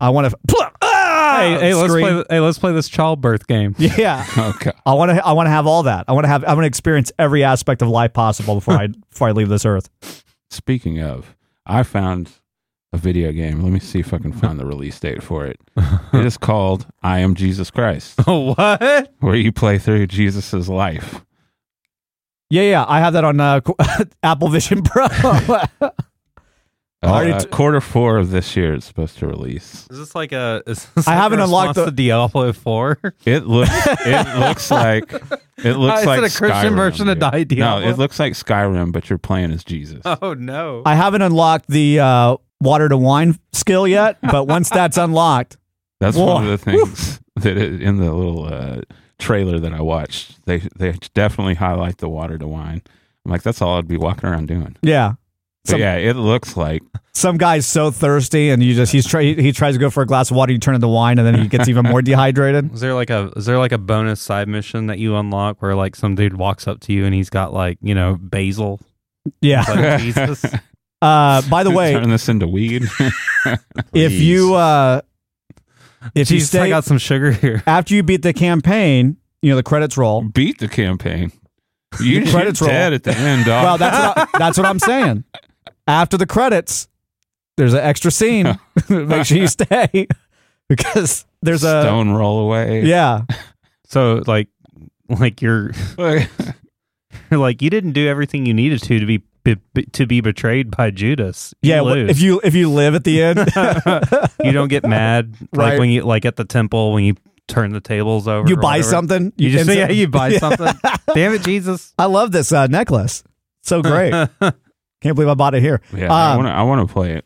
S5: I want to.
S7: hey, hey, let's
S5: ah, scream.
S7: play. th- Hey, let's play this childbirth game.
S5: Yeah.
S6: Oh God.
S5: I want to. I want to have all that. I want to have. I want to experience every aspect of life possible before I before I leave this earth.
S6: Speaking of, I found a video game. Let me see if I can find the release date for it. It is called I Am Jesus Christ,
S7: what?
S6: where you play through Jesus's life.
S5: Yeah, yeah. I have that on uh, Apple Vision Pro.
S6: Uh,
S5: Already
S6: uh,
S5: t-
S6: quarter four of this year it's supposed to release.
S7: Is this like a? Is
S5: I haven't unlocked the-
S7: Diablo Four.
S6: It looks it looks like it looks
S7: Is it
S6: like
S7: a Christian
S6: Skyrim,
S7: version of
S6: dude.
S7: Diablo?
S6: No, it looks like Skyrim, but you're playing as Jesus.
S7: oh no!
S5: I haven't unlocked the uh, water to wine skill yet, but once that's unlocked,
S6: That's one
S5: Whoa.
S6: of the things that it, in the little uh, trailer that I watched. They they definitely highlight the water to wine. I'm like, that's all I'd be walking around doing.
S5: yeah.
S6: But
S5: Some-
S6: yeah, it looks like
S5: Some guy's so thirsty, and you just he's try, he tries to go for a glass of water, you turn into wine, and then he gets even more dehydrated.
S7: Is there like a is there like a bonus side mission that you unlock where like some dude walks up to you and he's got like you know basil
S5: Yeah.
S7: like Jesus?
S5: Uh, by the way,
S6: turn this into weed.
S5: if you uh, if you
S7: Jesus,
S5: stay
S7: I got some sugar here.
S5: after you beat the campaign, you know the credits roll.
S6: Beat the campaign. You you're
S5: credits roll.
S6: dead at the end, dog.
S5: Well, that's what I, that's what I'm saying. After the credits, there's an extra scene. Make sure you stay because there's a
S6: stone roll away.
S5: yeah.
S7: So like like you're
S6: Yeah.
S7: like you didn't do everything you needed to to be, be, be to be betrayed by Judas. You
S5: Yeah,
S7: lose.
S5: if you if you live at the end,
S7: you don't get mad
S5: Right.
S7: like when you like at the temple when you turn the tables over.
S5: you
S7: or
S5: buy
S7: whatever.
S5: something.
S7: You just
S5: and
S7: yeah,
S5: so-
S7: you buy
S5: Yeah.
S7: something. Damn it, Jesus!
S5: I love this uh, necklace. So great. Can't believe I bought it here.
S6: I
S5: Um,
S6: want to. I want to play it.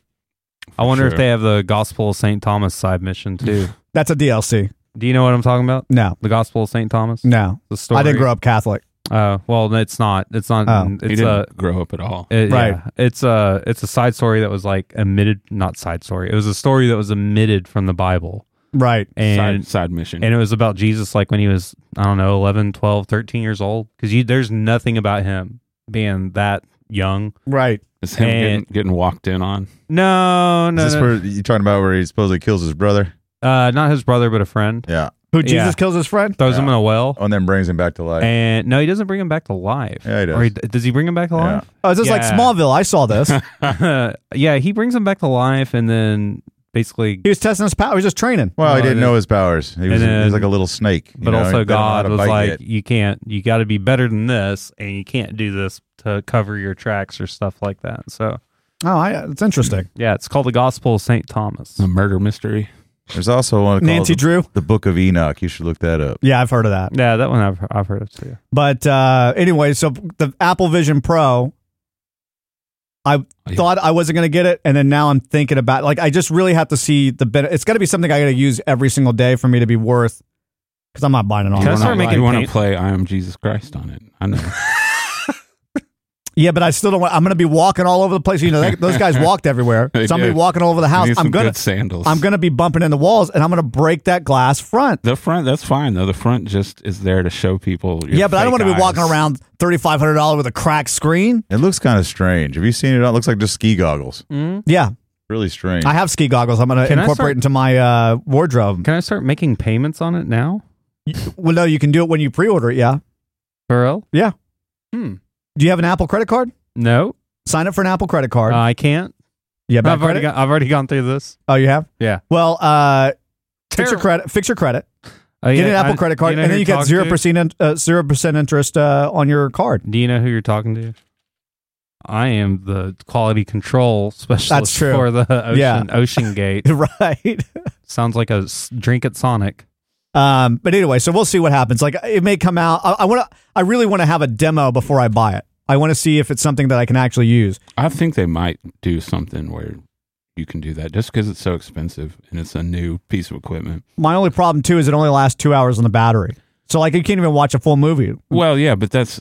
S7: I wonder
S6: Sure.
S7: if they have the Gospel of Saint Thomas side mission too.
S5: That's a DLC.
S7: Do you know what I'm talking about?
S5: No,
S7: The Gospel of Saint Thomas.
S5: no.
S7: the story.
S5: I didn't grow up Catholic.
S7: Uh, well, it's not. It's not.
S5: Oh.
S6: He
S7: It's
S6: didn't
S7: a.
S6: grow up at all.
S7: it-
S5: Right.
S7: yeah. It's a. It's a side story that was like omitted. Not side story. It was a story that was omitted from the Bible.
S5: Right.
S7: And
S6: side, side mission.
S7: and it was about Jesus like when he was I don't know 11, 12, 13 years old cuz there's nothing about him being that young.
S5: Right.
S6: It's him getting, getting walked in on.
S7: No,
S8: Is
S7: no.
S8: this
S7: no.
S8: where you're talking about where he supposedly kills his brother?
S7: uh not his brother but a friend.
S8: Yeah.
S5: Who Jesus
S7: Yeah.
S5: kills his friend?
S7: Throws him in a well.
S8: Oh, And then brings him back to life.
S7: And no, he doesn't bring him back to life.
S8: Yeah, he does.
S7: Or does he bring him back to life?
S5: Oh, it's just like
S7: Yeah.
S5: Smallville. I saw this. he
S7: yeah, he brings him back to life and then basically
S5: was testing his power. He was just training.
S8: Well, he
S7: No,
S8: didn't
S7: it-
S8: know his powers. He
S7: and
S8: was, he
S7: then-
S8: was like a little snake. you
S7: but
S8: know, he
S7: also
S8: didn't know how
S7: God
S8: to
S7: was
S8: fight
S7: like,
S8: yet.
S7: you can't, you got to be better than this, and you can't do this to cover your tracks or stuff like that. So,
S5: Oh, I, it's interesting.
S7: yeah, it's called the Gospel of Saint Thomas.
S8: Mm.
S6: The murder mystery.
S8: There's also one called
S5: Nancy
S8: the,
S5: Drew.
S8: the Book of Enoch. You should look that up.
S5: Yeah, I've heard of that.
S7: Yeah, that one I've, I've heard of too.
S5: But uh, anyway, so the Apple Vision Pro, I
S6: Oh, yeah.
S5: thought I wasn't going to get it, and then now I'm thinking about like I just really have to see the ben- It's got to be something I got to use every single day for me to be worth because I'm not buying it
S6: You
S5: all.
S7: Can I
S6: wanna-
S7: start making
S6: you want to
S7: paint?
S6: play I Am Jesus Christ on it. I know.
S5: Yeah, but I still don't. want I'm going to be walking all over the place. You know, that, those guys walked everywhere. So
S6: They
S5: I'm going to
S6: did.
S5: be walking all over the house.
S6: Need some
S5: I'm going
S6: good
S5: to
S6: sandals.
S5: I'm going to be bumping in the walls, and I'm going to break that glass front.
S6: The front, that's fine though. The front just is there to show people. your
S5: yeah, but I don't
S6: fake
S5: want to be
S6: eyes.
S5: walking around thirty five hundred dollars with a cracked screen.
S8: It looks kind of strange. Have you seen it? It looks like just ski goggles.
S5: Yeah,
S8: Really strange.
S5: I have ski goggles. I'm going to
S7: Can I
S5: incorporate
S7: start-
S5: into my uh, wardrobe.
S7: Can I start making payments on it now,
S5: Well, no, you can do it when you pre-order it. Yeah,
S7: Pharrell?
S5: yeah.
S7: Hmm.
S5: Do you have an Apple credit card?
S7: No,
S5: Sign up for an Apple credit card.
S7: I can't.
S5: yeah, bad
S7: Uh, I've already,
S5: credit?
S7: got, I've already gone through this.
S5: oh, you have.
S7: Yeah.
S5: Well, uh, fix your
S7: Terrible.
S5: credit. Fix your credit.
S7: Oh,
S5: Get
S7: yeah,
S5: an Apple
S7: I-
S5: credit card,
S7: you know
S5: and then
S7: who
S5: you get
S7: talked
S5: zero
S7: to?
S5: percent uh, zero percent interest uh, on your card.
S7: Do you know who you're talking to? I am the quality control specialist
S5: true.
S7: for the ocean,
S5: Yeah.
S7: ocean Gate.
S5: right.
S7: Sounds like a s- drink at Sonic.
S5: Um, but anyway, so we'll see what happens. Like it may come out. I, I want to. I really want to have a demo before I buy it. I want to see if it's something that I can actually use.
S6: I think they might do something where you can do that just because it's so expensive and it's a new piece of equipment.
S5: My only problem too is it only lasts two hours on the battery. So like you can't even watch a full movie.
S6: Well, yeah, but that's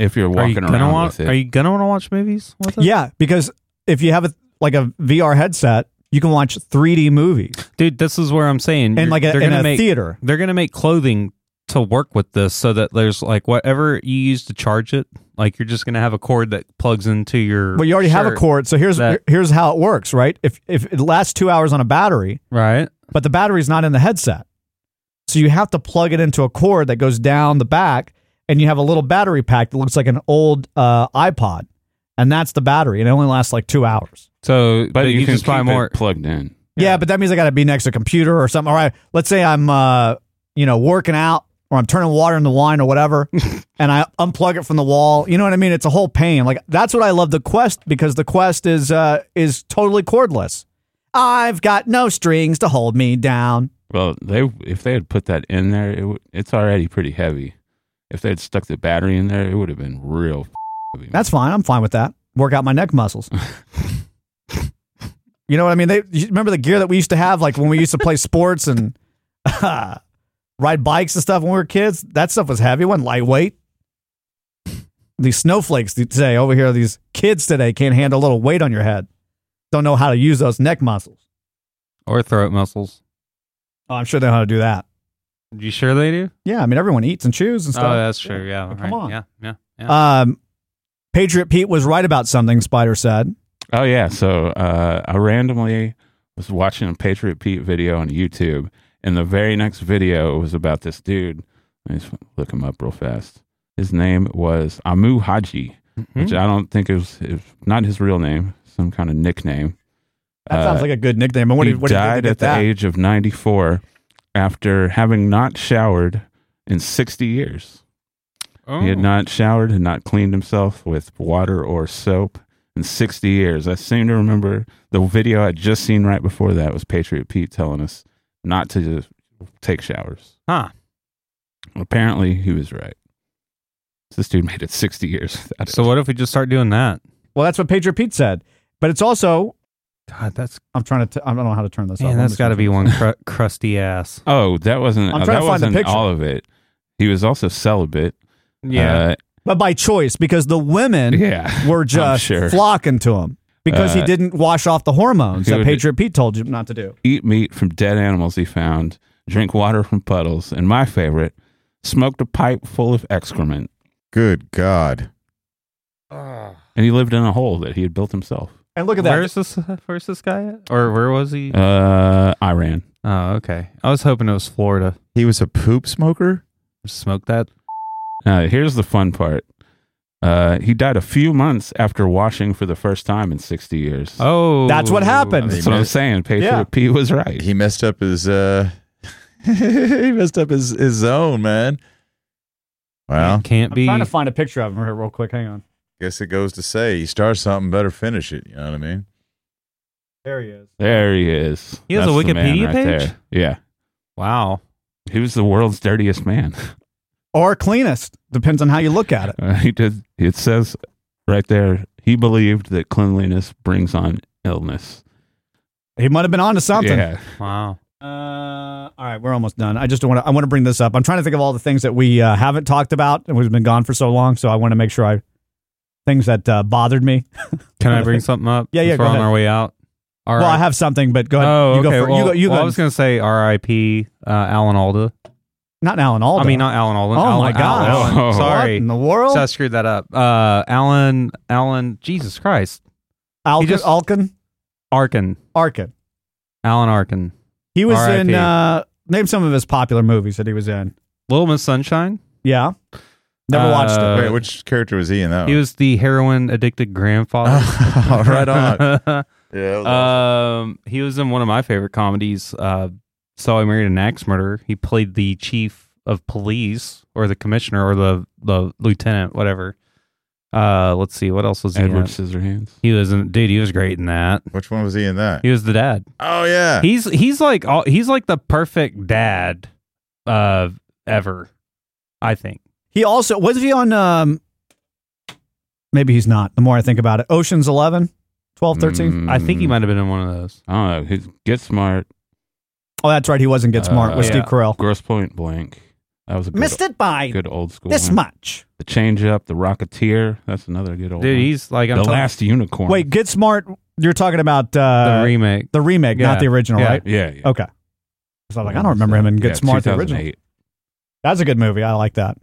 S6: if you're
S7: Are
S6: walking
S7: you gonna
S6: around
S7: want?
S6: with it.
S7: Are you gonna want to watch movies? With it?
S5: Yeah, because if you have a like a VR headset, you can watch 3D movies
S7: dude. This is where I'm saying,
S5: and
S7: you're-
S5: like a,
S7: they're
S5: in
S7: gonna
S5: a
S7: make
S5: theater.
S7: they're gonna make clothing to work with this, so that there's like whatever you use to charge it, like you're just gonna have a cord that plugs into your.
S5: But you already have a
S7: shirt,
S5: cord, so here's
S7: that-
S5: here's how it works, right? If if it lasts two hours on a battery,
S7: right?
S5: but the battery's not in the headset, so you have to plug it into a cord that goes down the back, and you have a little battery pack that looks like an old uh, iPod, and that's the battery, and it only lasts like two hours.
S7: So, but, you,
S6: can
S7: just buy
S6: keep it
S7: more.
S6: plugged in.
S5: Yeah, but that means I got to be next to a computer or something. All right, let's say I'm, uh, you know, working out or I'm turning water into wine or whatever, and I unplug it from the wall. You know what I mean? It's a whole pain. Like that's what I love the Quest because the Quest is uh, is totally cordless. I've got no strings to hold me down.
S6: Well, they if they had put that in there, it, w- it's already pretty heavy. If they had stuck the battery in there, it would have been real f- heavy.
S5: That's fine. I'm fine with that. Work out my neck muscles. you know what I mean? They you remember the gear that we used to have, like when we used to play sports and ride bikes and stuff when we were kids. That stuff was heavy. It wasn't lightweight. These snowflakes today over here, these kids today can't handle a little weight on your head. Don't know how to use those neck muscles.
S7: or throat muscles.
S5: Oh, I'm sure they know how to do that.
S7: You sure they do?
S5: Yeah, I mean everyone eats and chews and stuff.
S7: Oh, that's true. Yeah,
S5: Come
S7: right.
S5: on.
S7: Yeah, yeah, yeah.
S5: Um, Patriot Pete was right about something. Spider said.
S6: Oh yeah, so uh, I randomly was watching a Patriot Pete video on YouTube, and the very next video was about this dude. Let me just look him up real fast. His name was Amu Haji,
S5: Mm-hmm.
S6: which I don't think is is not his real name, some kind of nickname.
S5: That sounds like a good nickname. And what
S6: Uh, he
S5: did, what did
S6: died
S5: they
S6: at
S5: get
S6: the
S5: that?
S6: age of 94 after having not showered in 60 years.
S7: oh.
S6: He had not showered and not cleaned himself with water or soap in 60 years. I seem to remember the video I'd just seen right before that was Patriot Pete telling us not to just take showers.
S7: Huh.
S6: Apparently, he was right. This dude made it 60 years. without
S7: So
S6: it.
S7: what if we just start doing that?
S5: Well, that's what Patriot Pete said. But it's also
S7: God, that's
S5: I'm trying to. T- I don't know how to turn this off.
S7: man, that's got to
S5: to
S7: be one cr- crusty ass.
S6: Oh, that wasn't.
S5: I'm
S6: uh,
S5: trying to
S6: that
S5: find the
S6: wasn't
S5: picture.
S6: all of it. He was also celibate.
S7: Yeah.
S6: Uh,
S5: But by choice, because the women
S6: yeah.
S5: were
S6: I'm
S5: just
S6: sure.
S5: flocking to him. because he
S6: Uh,
S5: didn't wash off the hormones
S6: he
S5: that
S6: would-
S5: Patriot Pete told you not to do.
S6: eat meat from dead animals he found, drink water from puddles, and my favorite, smoked a pipe full of excrement.
S8: Good God.
S6: And he lived in a hole that he had built himself.
S5: And look at
S7: Where
S5: that.
S7: is this? Where's this guy at? Or where was he?
S6: Uh, Iran.
S7: oh, okay. I was hoping it was Florida.
S8: He was a poop smoker?
S7: Smoke that.
S6: Now, here's the fun part. Uh, he died a few months after washing for the first time in 60 years.
S7: Oh,
S5: That's what happened.
S6: That's what I'm saying. Patriot
S5: Yeah.
S6: Pete was right.
S8: He messed up his uh he messed up his, his zone, man. Well,
S7: Can't
S5: I'm
S7: be.
S5: trying to find a picture of him here real quick. Hang on.
S8: guess it goes to say you start something, better finish it. You know what I mean?
S5: There he is.
S6: There he is.
S7: He has a
S6: the man
S7: Wikipedia page?
S6: Yeah.
S7: Wow.
S6: He was the world's dirtiest man.
S5: Or cleanest. Depends on how you look at it.
S6: Uh, he did. It says right there, he believed that cleanliness brings on illness.
S5: He might have been onto something.
S6: Yeah.
S7: Wow.
S5: Uh, all right, we're almost done. I just want to. I want to bring this up. I'm trying to think of all the things that we uh, haven't talked about, and we've been gone for so long. So I want to make sure I things that uh, bothered me.
S7: Can I bring something up?
S5: Yeah, yeah,
S7: before
S5: go
S7: on
S5: ahead.
S7: our way out. All
S5: Well, I
S7: right.
S5: have something, but go ahead.
S7: Oh,
S5: you
S7: okay.
S5: go for,
S7: well,
S5: you go. You
S7: well,
S5: go
S7: I was going to say R.I.P. Uh, Alan Alda.
S5: not Alan Alda.
S7: I mean, not Alan Alda.
S5: Oh
S7: Alan,
S5: my God!
S7: Alan.
S6: Oh.
S5: what
S7: Sorry.
S5: in the world?
S7: So I screwed that up. Uh, Alan. Alan. Jesus Christ.
S5: Alkin,
S7: just-
S5: Alkin,
S7: Arkin.
S5: Arkin.
S7: Alan Arkin.
S5: He was
S7: R.I.P..
S5: in. Uh, name some of his popular movies that he was in.
S7: Little Miss Sunshine.
S5: Yeah, never watched
S7: Uh,
S5: it.
S8: Wait, which character was he in that
S7: He
S8: one?
S7: was the heroin addicted grandfather.
S8: Oh. right on. Yeah. that was awesome.
S7: um, he was in one of my favorite comedies. Uh, so I married an axe murderer. He played the chief of police, or the commissioner, or the the lieutenant, whatever. Uh, let's see, what else was he?
S6: Edward
S7: in?
S6: Scissorhands.
S7: He was in, dude. He was great in that.
S8: Which one was he in that?
S7: He was the dad.
S8: Oh yeah.
S7: He's he's like all, he's like the perfect dad, uh, ever. I think.
S5: He also was he on. Um, maybe he's not. The more I think about it, Ocean's 11, 12, 13.
S7: I think he
S6: Mm,
S7: might have been in one of those.
S6: I don't know. He's Get Smart,
S5: Oh, that's right. He wasn't Get Smart with
S6: Uh,
S5: Steve
S7: yeah.
S5: Carell.
S6: Gross Point Blank. That was a good,
S5: Missed it by
S6: good old school.
S5: this
S6: one.
S5: much.
S6: The Change Up, The Rocketeer. That's another good old
S7: Dude,
S6: one.
S7: he's like I'm
S6: the
S7: telling-
S6: Last Unicorn.
S5: Wait, Get Smart. You're talking about uh,
S7: the
S5: the,
S7: remake.
S5: remake,
S7: Yeah.
S5: not the original,
S7: Yeah.
S5: right?
S6: Yeah. yeah.
S5: Okay. So I'm like, I don't remember him in Get
S6: Yeah,
S5: Smart, the original.
S6: 2008.
S5: That's a good movie. I like that.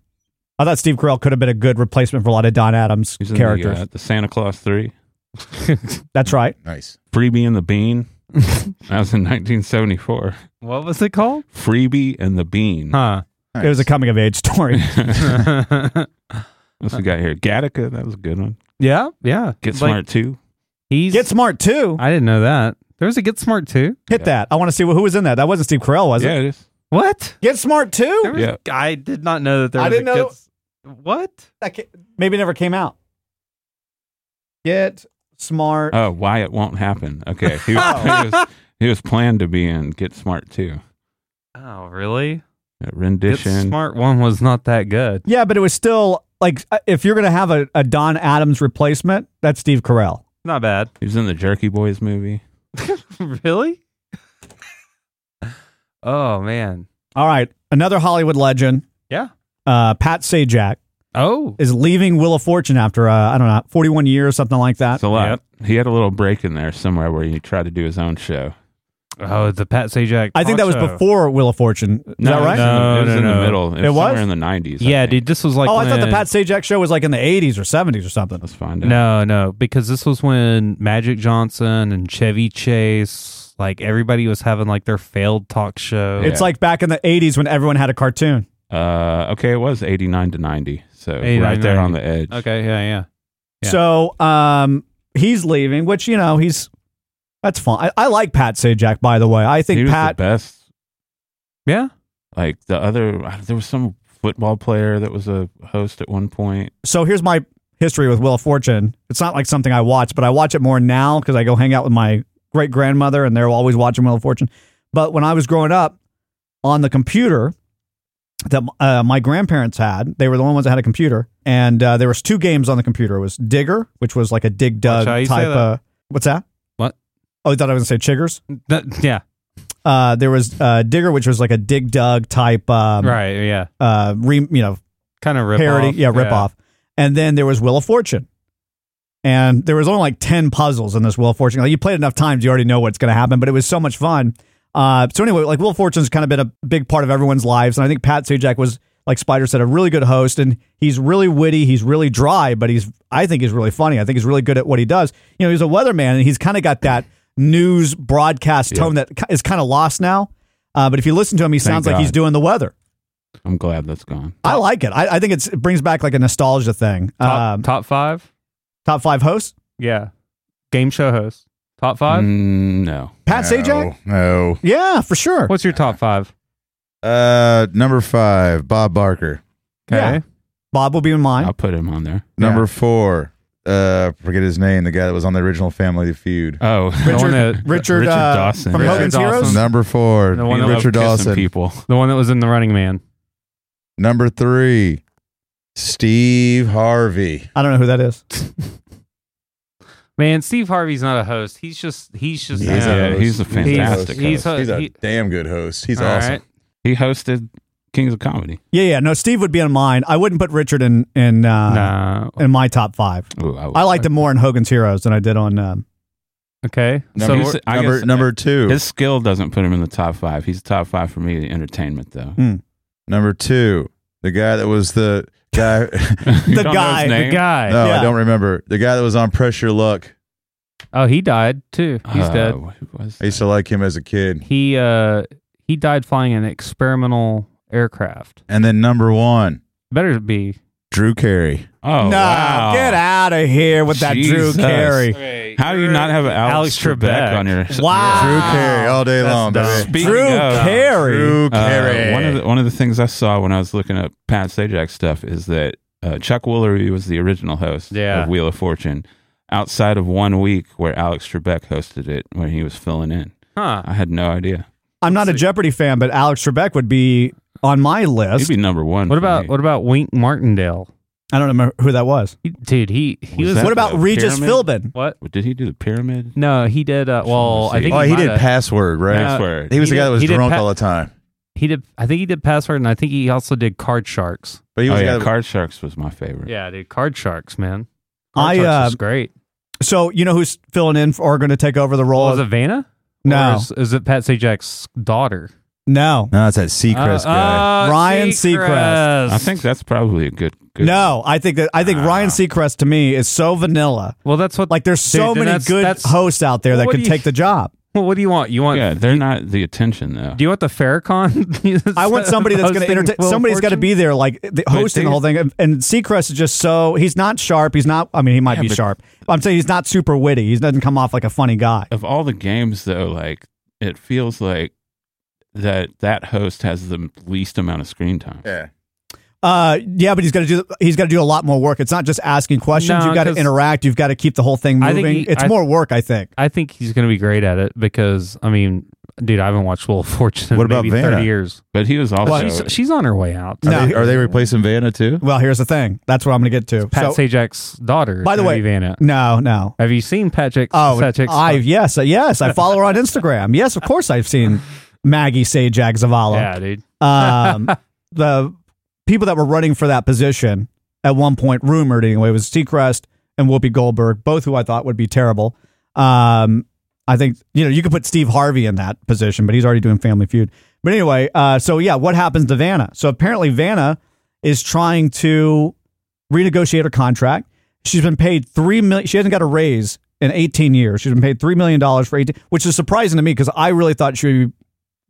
S5: I thought Steve Carell could have been a good replacement for a lot of Don Adams
S6: He's in
S5: characters.
S6: The, uh, the Santa Claus 3.
S5: That's right.
S8: nice.
S6: Freebie and the Bean. that was in 1974.
S7: What was it called?
S6: Freebie and the Bean.
S7: Huh.
S5: It was a
S8: Nice.
S5: coming of age story.
S6: What's we got here? Gattaca. That was a good one.
S7: yeah, yeah.
S6: Get
S7: Like,
S6: Smart too.
S7: He's
S5: Get Smart 2.
S7: I didn't know that. There was a Get Smart too.
S5: Hit that. I want to see who was in that. That wasn't Steve Carell, was
S6: yeah,
S5: it?
S6: it is.
S7: What?
S5: Get Smart 2?
S6: Yeah.
S7: I did not know that there
S5: I
S7: was
S5: didn't
S7: a
S5: know-
S7: Get S- What?
S5: That ca- Maybe it never came out. Get Smart.
S7: Uh,
S6: Oh, why it won't happen. Okay. He
S5: Oh.
S6: was, he was, he was planned to be in Get Smart too.
S7: Oh, really?
S6: That
S7: Get
S6: rendition.
S7: Smart one was not that good.
S5: Yeah, but it was still like uh, if you're going to have a, a Don Adams replacement, that's Steve Carell.
S7: Not bad.
S6: He was in the Jerky Boys movie.
S7: really? oh man.
S5: All right, another Hollywood legend,
S7: Yeah.
S5: uh, Pat Sajak,
S7: Oh.
S5: is leaving Wheel of Fortune after uh, I don't know, 41 years, something like that.
S6: It's a lot. He had a little break in there somewhere where he tried to do his own show.
S7: Oh, the Pat Sajak.
S5: I think that was
S7: talk show.
S5: before Wheel of Fortune. Is that right?
S6: it was in the- it
S7: No,
S6: was
S7: no,
S6: in
S7: no.
S6: the middle. It was,
S5: It was?
S6: somewhere in the 90s. I
S7: Yeah,
S6: think.
S7: dude, this was like
S5: oh, I thought the
S7: when-
S5: Pat Sajak show was like in the 80s or 70s or something.
S6: Let's find out.
S7: No, no, because this was when Magic Johnson and Chevy Chase, like everybody was having like their failed talk show.
S5: It's like back in the 80s when everyone had a cartoon.
S6: Uh, okay, it was 89 to 90. So
S7: 89
S6: right there
S7: 90.
S6: on the edge.
S7: okay, yeah, yeah. Yeah.
S5: So um, he's leaving, which, you know, he's. That's fine. I, I like Pat Sajak, by the way. I
S6: he
S5: think
S6: was
S5: Pat.
S6: the best.
S7: Yeah.
S6: Like the other, there was some football player that was a host at one point.
S5: so here's my history with Wheel of Fortune. It's not like something I watch, but I watch it more now because I go hang out with my great grandmother and they're always watching Wheel of Fortune. But when I was growing up, on the computer that uh, my grandparents had, they were the only ones that had a computer, and uh, there was two games on the computer. It was Digger, which was like a dig dug
S7: Watch how you
S5: type.
S7: say that.
S5: Uh, what's that?
S7: What?
S5: Oh, I thought I was going to say Chiggers.
S7: That- yeah.
S5: Uh, there was uh, Digger, which was like a dig dug type. Um,
S7: right, yeah.
S5: Uh, re, you know,
S7: Kind of rip
S5: parody,
S7: off.
S5: yeah, rip off. And then there was Wheel of Fortune, and there was only like 10 puzzles in this Wheel of Fortune. Like you played enough times, you already know what's going to happen, but it was so much fun. Uh, so anyway, like Wheel of Fortune's kind of been a big part of everyone's lives, and I think Pat Sajak was, like Spider said, a really good host, and he's really witty, he's really dry, but he's I think he's really funny. I think he's really good at what he does. You know, he's a weatherman, and he's kind of got that news broadcast tone that ki- is kind of lost now. Uh, but if you listen to him, he
S6: Thank
S5: sounds like he's
S6: God.
S5: doing the weather.
S6: I'm glad that's gone.
S5: I like it. I, I think it's, it brings back like a nostalgia thing. Um,
S7: Top, top five?
S5: Top five hosts?
S7: Yeah. Game show host. Top five?
S6: Mm. no.
S5: Pat Sajak?
S8: No.
S5: Yeah, for sure.
S7: What's your top five?
S8: Uh, number five, Bob Barker.
S5: Yeah. Bob will be in mine.
S6: I'll put him on there.
S8: Number four, uh, forget his name, the guy that was on the original Family Feud.
S6: Oh,
S7: The one that-
S5: Richard- Richard, uh, Dawson. from Hogan's Heroes?
S8: Number four,
S7: The one that
S8: Richard
S7: loved
S6: kissing
S8: Dawson.
S6: people.
S7: The one that was in The Running Man.
S8: Number three, Steve Harvey.
S5: I don't know who that is.
S7: Man, Steve Harvey's not a host. He's just he's just
S8: He's
S7: uh,
S8: a host.
S6: he's a fantastic
S7: He's,
S6: host.
S8: He's a
S7: he-
S8: damn good host. He's
S7: All
S8: awesome.
S7: right.
S6: He hosted Kings of Comedy.
S5: Yeah, yeah. No, Steve would be on mine. I wouldn't put Richard in in uh,
S7: Nah.
S5: in my top five.
S6: Ooh, I, would-
S5: I liked him more in Hogan's Heroes than I did on. Um,
S7: Okay.
S6: Number-
S7: so
S6: he's- I
S8: number
S6: guess-
S8: number two.
S6: His skill doesn't put him in the top five. He's top five for me in entertainment, though.
S8: number two, the guy that was the guy.
S6: You
S5: The
S6: don't know his
S5: guy- the
S7: the
S6: name?
S7: guy.
S8: no,
S5: Yeah.
S8: I don't remember. The guy that was on Pressure Luck.
S7: Oh, he died too. He's
S6: Uh,
S7: dead.
S6: what was
S8: I used to like him as a kid.
S7: He uh he died flying an experimental aircraft.
S8: And then number one,
S7: Better be
S8: Drew Carey.
S6: Oh,
S5: no,
S6: wow.
S5: get out of here with that
S6: Jesus.
S5: Drew Carey.
S6: How do you not have Alex,
S7: Alex
S6: Trebek,
S7: Trebek.
S6: on your
S5: Wow,
S8: Drew Carey Oh, all day long,
S7: dumb.
S8: baby.
S6: Speaking
S5: Drew
S6: of,
S5: Carey.
S8: Drew
S6: uh,
S8: Carey. Oh,
S6: one of the one of the things I saw when I was looking up Pat Sajak stuff is that uh, Chuck Woolery was the original host
S7: Yeah.
S6: of Wheel of Fortune. Outside of one week where Alex Trebek hosted it, when he was filling in,
S7: Huh.
S6: I had no idea.
S5: I'm not a Jeopardy fan, but Alex Trebek would be on my
S6: He'd
S5: list.
S6: be number one.
S7: What
S6: for
S7: about
S6: me.
S7: what about Wink Martindale?
S5: I don't remember who that was.
S7: He, dude, he he
S6: Was
S7: was,
S6: that-
S5: What about
S6: the
S5: Regis
S6: pyramid?
S5: Philbin?
S7: what?
S6: Did he do the pyramid?
S7: No, he did uh well,
S6: Let's see.
S7: I think
S8: oh, he
S7: might
S8: did
S7: have-
S8: password, right?
S6: Password.
S8: He was
S7: He
S8: the guy
S7: did-
S8: that was
S7: he did
S8: drunk
S7: pa-
S8: all the time.
S7: He did I think he did Password and I think he also did Card Sharks.
S8: But he
S6: Oh,
S8: was the guy
S6: yeah,
S8: that-
S6: Card Sharks was my favorite.
S7: Yeah, dude, Card Sharks, man.
S5: I,
S7: Card Sharks
S5: uh,
S7: was great.
S5: So you know who's filling in for, or going to take over the role?
S7: was it Vanna?
S5: No.
S7: Or is, is it Pat Sajak's daughter?
S5: no,
S8: No, it's that Seacrest
S7: Uh,
S8: guy.
S7: uh,
S5: Ryan Seacrest.
S6: I think that's probably a good. good
S5: no. I think that I
S7: Ah.
S5: think Ryan Seacrest to me is so vanilla.
S7: Well, that's what
S5: Like there's
S7: Dude,
S5: so many
S7: then that's-
S5: good
S7: that's-
S5: hosts out there that
S7: What
S5: could
S7: do you-
S5: take the job.
S7: Well, what do you want? You want?
S6: Yeah, they're not the attention though.
S7: Do you want the Farrakhan?
S5: I want somebody that's going to
S7: hosting
S5: entertain.
S7: Wheel of
S5: Somebody's got to
S7: Fortune?
S5: be there, like the, hosting the whole thing. And, and Seacrest is just so he's not sharp. He's not. I mean, he might
S6: Yeah,
S5: be
S6: but-
S5: sharp. I'm saying he's not super witty. He doesn't come off like a funny guy.
S6: of all the games though, like it feels like that that host has the least amount of screen time.
S8: Yeah.
S5: Uh, yeah, but he's got to do. He's got to do a lot more work. It's not just asking questions.
S7: No,
S5: you've got to
S7: 'cause-
S5: interact. You've got to keep the whole thing
S7: I think
S5: moving.
S7: he-
S5: it's
S7: I-
S5: more work, I think.
S7: I think he's going to be great at it because I mean, dude, I haven't watched Wheel of Fortune in
S8: What about
S7: maybe
S8: Vanna?
S7: thirty years.
S6: But he was also
S7: she's, she's on her way out.
S5: No.
S8: Are, they, are they replacing Vanna too?
S5: Well, here's the thing. That's what I'm going to get to.
S7: Pat
S5: So-
S7: Sajak's daughter.
S5: by the way,
S7: Judy Vanna.
S5: no, no.
S7: Have you seen Pat Sajak?
S5: Oh,
S7: Sajak's
S5: I've yes, uh, yes. I follow her on Instagram. Yes, of course, I've seen Maggie Sajak Zavala.
S7: yeah, dude.
S5: um, the people that were running for that position at one point, rumored anyway, was Seacrest and Whoopi Goldberg, both who I thought would be terrible. Um, I think you know you could put Steve Harvey in that position, but he's already doing Family Feud. But anyway, uh, so yeah, what happens to Vanna? So apparently, Vanna is trying to renegotiate her contract. She's been paid three million. She hasn't got a raise in 18 years. She's been paid three million dollars for 18, which is surprising to me because I really thought she would be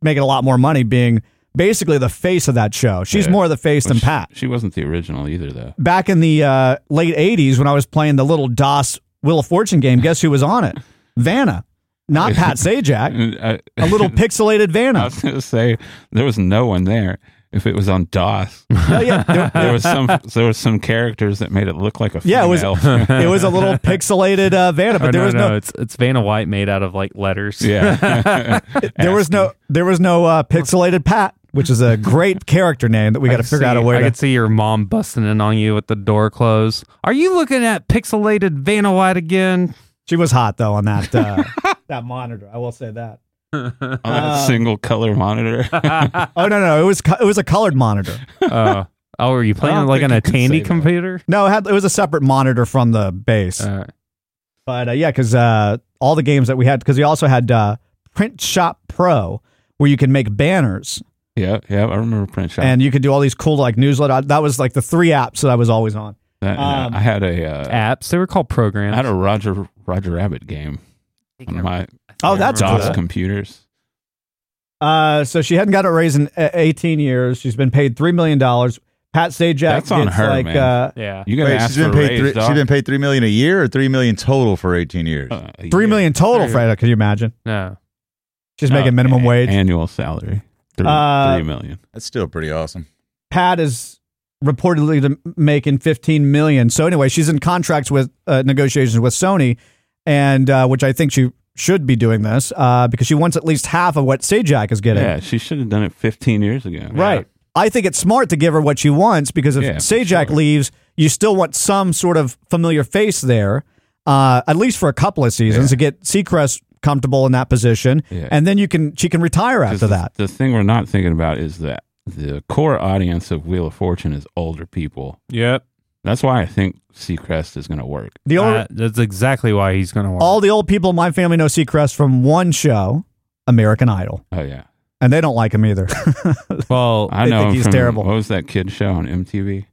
S5: making a lot more money, being basically the face of that show. She's
S6: Yeah.
S5: more the face than
S6: Which-
S5: Pat
S6: She wasn't the original either though.
S5: back in the uh, late 80s when I was playing the little DOS Wheel of Fortune game, guess who was on it? Vanna, not Pat Sajak,
S6: And I,
S5: a little pixelated
S6: I
S5: Vanna.
S6: was gonna say there was no one there. If it was on DOS,
S5: Yeah, yeah, there-
S6: there was some there was some characters that made it look like a
S5: yeah, it was
S6: female.
S5: it was a little pixelated uh, Vanna, but
S7: Oh,
S5: there
S7: no,
S5: was
S7: no,
S5: no,
S7: It's it's Vanna White made out of like letters.
S6: yeah.
S5: there was no there was no uh, pixelated Pat, which is a great character name that we got to
S7: could
S5: figure out a
S7: see-
S5: way
S7: I
S5: to.
S7: could see your mom busting in on you with the door closed. Are you looking at pixelated Vanna White again?
S5: She was hot though on that uh, that monitor. I will say that.
S6: on that
S5: Um,
S6: single color monitor.
S5: Oh no no, it was co- it was a colored monitor.
S7: Uh, oh, were you playing
S6: don't
S7: like
S6: think
S7: on a
S6: you can say
S7: Tandy
S6: that.
S7: computer?
S5: No, it had it was a separate monitor from the base.
S7: Uh,
S5: But uh, yeah, because uh, all the games that we had, because we also had uh, Print Shop Pro, where you can make banners.
S6: Yeah, yeah, I remember Print Shop.
S5: and you could do all these cool like newsletter. Uh, That was like the three apps that I was always on.
S6: That- yeah,
S5: um,
S6: I had a uh,
S7: apps. They were called programs.
S6: I had a Roger Roger Rabbit game on my
S5: Oh, that's
S6: DOS
S5: cool.
S6: computers.
S5: Uh, so she hadn't got a raise in uh, 18 years. She's been paid three million dollars. Pat Sajak
S6: That's on
S5: gets
S6: her,
S5: like,
S6: man.
S5: Uh,
S7: Yeah.
S6: You gotta
S8: Wait,
S6: ask
S8: she's been
S6: for a
S8: paid
S6: raise,
S8: three,
S6: dog.
S8: she's been paid three million a year or three million total for eighteen years.
S6: Uh, a
S5: three
S6: year.
S5: million total,
S7: Three.
S5: Freda. Can you imagine?
S7: No.
S5: She's
S6: No,
S5: making minimum
S6: a-
S5: wage.
S6: annual salary. Three,
S5: Uh,
S6: three million.
S8: That's still pretty awesome.
S5: Pat is reportedly to making 15 million. So anyway, she's in contracts with uh, negotiations with Sony, and uh, which I think she should be doing this uh, because she wants at least half of what Sajak is getting.
S6: Yeah, she should have done it 15 years ago.
S5: Right. I think it's smart to give her what she wants because if
S6: Yeah, for
S5: Sajak
S6: sure.
S5: leaves, you still want some sort of familiar face there, uh, at least for a couple of seasons to get Seacrest comfortable in that position,
S6: Yeah.
S5: and then you can she can retire
S6: 'Cause
S5: after
S6: the-
S5: that.
S6: The thing we're not thinking about is that the core audience of Wheel of Fortune is older people.
S7: Yep.
S6: That's why I think Seacrest is going to work.
S5: The only,
S7: Uh, that's exactly why he's going to work.
S5: all the old people in my family know Seacrest from one show, American Idol,
S6: Oh yeah,
S5: and they don't like him either.
S7: well,
S6: I
S5: They
S6: know.
S5: think
S6: him
S5: he's
S6: from-
S5: terrible.
S6: What was that kid show on MTV?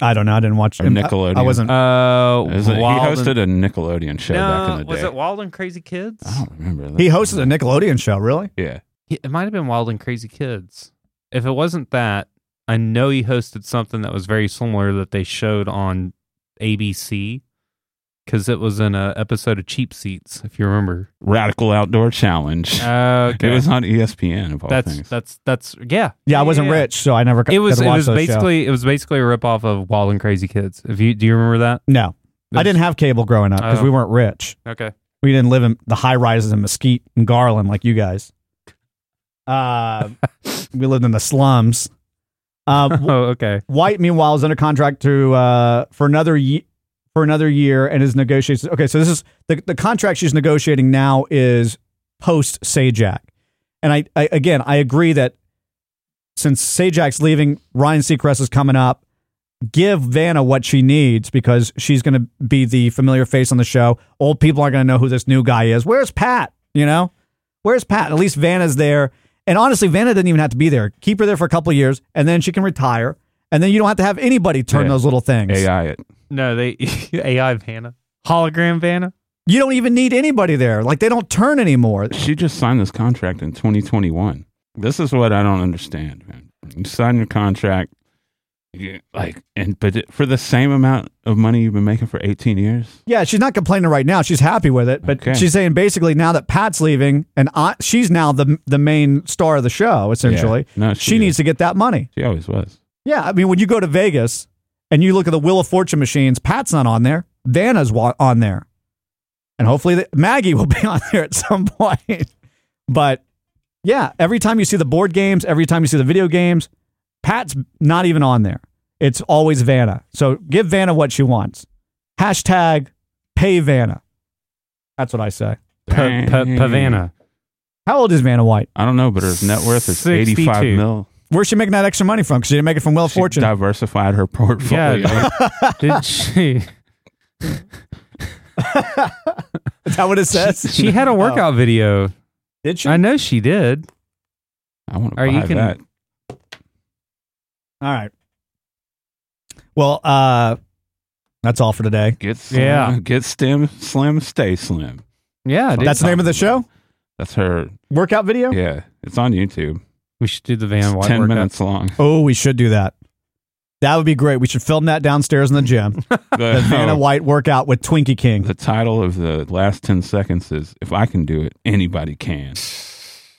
S5: I don't know. I didn't watch
S6: Or
S5: him. I-
S6: Nickelodeon.
S5: I, wasn't.
S7: uh,
S6: It was a- he
S7: Wild and-
S6: hosted a Nickelodeon show back in
S7: no,
S6: the day. Oh.
S7: was it Wild and Crazy Kids?
S6: I don't remember.
S5: he hosted a Nickelodeon show. Really?
S6: Yeah,
S7: He- It might have been Wild and Crazy Kids. If it wasn't that, I know he hosted something that was very similar that they showed on ABC because it was in a episode of Cheap Seats, if you remember.
S6: Radical Outdoor Challenge.
S7: Oh, Okay,
S6: It was on E ESPN of all
S7: that's
S6: things.
S7: that's that's yeah.
S5: Yeah, I wasn't
S7: yeah.
S5: rich, so I never.
S7: It was
S5: could
S7: it
S5: watch
S7: was
S5: those shows.
S7: basically it was basically a ripoff of Wild and Crazy Kids. If you do you remember that?
S5: no. I
S7: Those-
S5: didn't have cable growing up because
S7: Oh.
S5: we weren't rich.
S7: Okay.
S5: We didn't live in the high rises in Mesquite and Garland like you guys. Uh, we lived in the slums. Uh, w-
S7: Oh, okay.
S5: White, meanwhile, is under contract to uh, for another ye- for another year and is negotiating. Okay, so this is the the contract she's negotiating now is post Sajak, and I, I again I agree that since Sajak's leaving, Ryan Seacrest is coming up. Give Vanna what she needs because she's going to be the familiar face on the show. Old people aren't going to know who this new guy is. Where's Pat? You know, where's Pat? At least Vanna's there. And honestly, Vanna doesn't even have to be there. Keep her there for a couple of years, and then she can retire. And then you don't have to have anybody turn
S6: Yeah.
S5: those little things.
S6: AI. It.
S7: No, they AI Vanna. Hologram Vanna?
S5: You don't even need anybody there. Like they don't turn anymore.
S6: She just signed this contract in 2021. This is what I don't understand, man. You sign your contract, you, like, and but it- for the same amount of money you've been making for 18 years.
S5: Yeah, she's not complaining right now. She's happy with it, but
S6: Okay.
S5: she's saying basically now that Pat's leaving and I, she's now the the main star of the show essentially.
S6: Yeah. No,
S5: she
S6: she
S5: needs
S6: is.
S5: to get that money.
S6: She always was.
S5: Yeah, I mean when you go to Vegas and you look at the Wheel of Fortune machines, Pat's not on there. Vanna's wa- on there. And hopefully the, Maggie will be on there at some point. but yeah, every time you see the board games, every time you see the video games, Pat's not even on there. It's always Vanna. So give Vanna what she wants. Hashtag pay Vanna. That's what I say.
S7: Pa- pa- Pavana.
S5: How old is Vanna White?
S6: I don't know, but her net worth is 85
S7: 62.
S6: mil.
S5: Where's she making that extra money from? Because she didn't make it from Well
S6: She
S5: Fortune.
S6: diversified her portfolio.
S7: Yeah. Did she?
S5: Is that what it says? Oh.
S7: She had a workout video.
S5: Did she?
S7: I know she did.
S6: I want to
S7: Or
S6: buy
S7: you can-
S6: that.
S5: All right. Well, uh, that's all for today.
S6: Get slim,
S7: Yeah.
S6: Get slim, slim, stay slim.
S7: Yeah, dude.
S5: That's the name of the show?
S6: That's her.
S5: Workout video?
S6: Yeah, it's on YouTube.
S7: we should do the
S6: It's
S7: Van White
S6: 10
S7: workout.
S6: minutes long.
S5: Oh, we should do that. That would be great. We should film that downstairs in the gym. The Vanna
S6: Oh.
S5: White workout with Twinkie King.
S6: The title of the last 10 seconds is If I Can Do It, Anybody Can.
S5: It's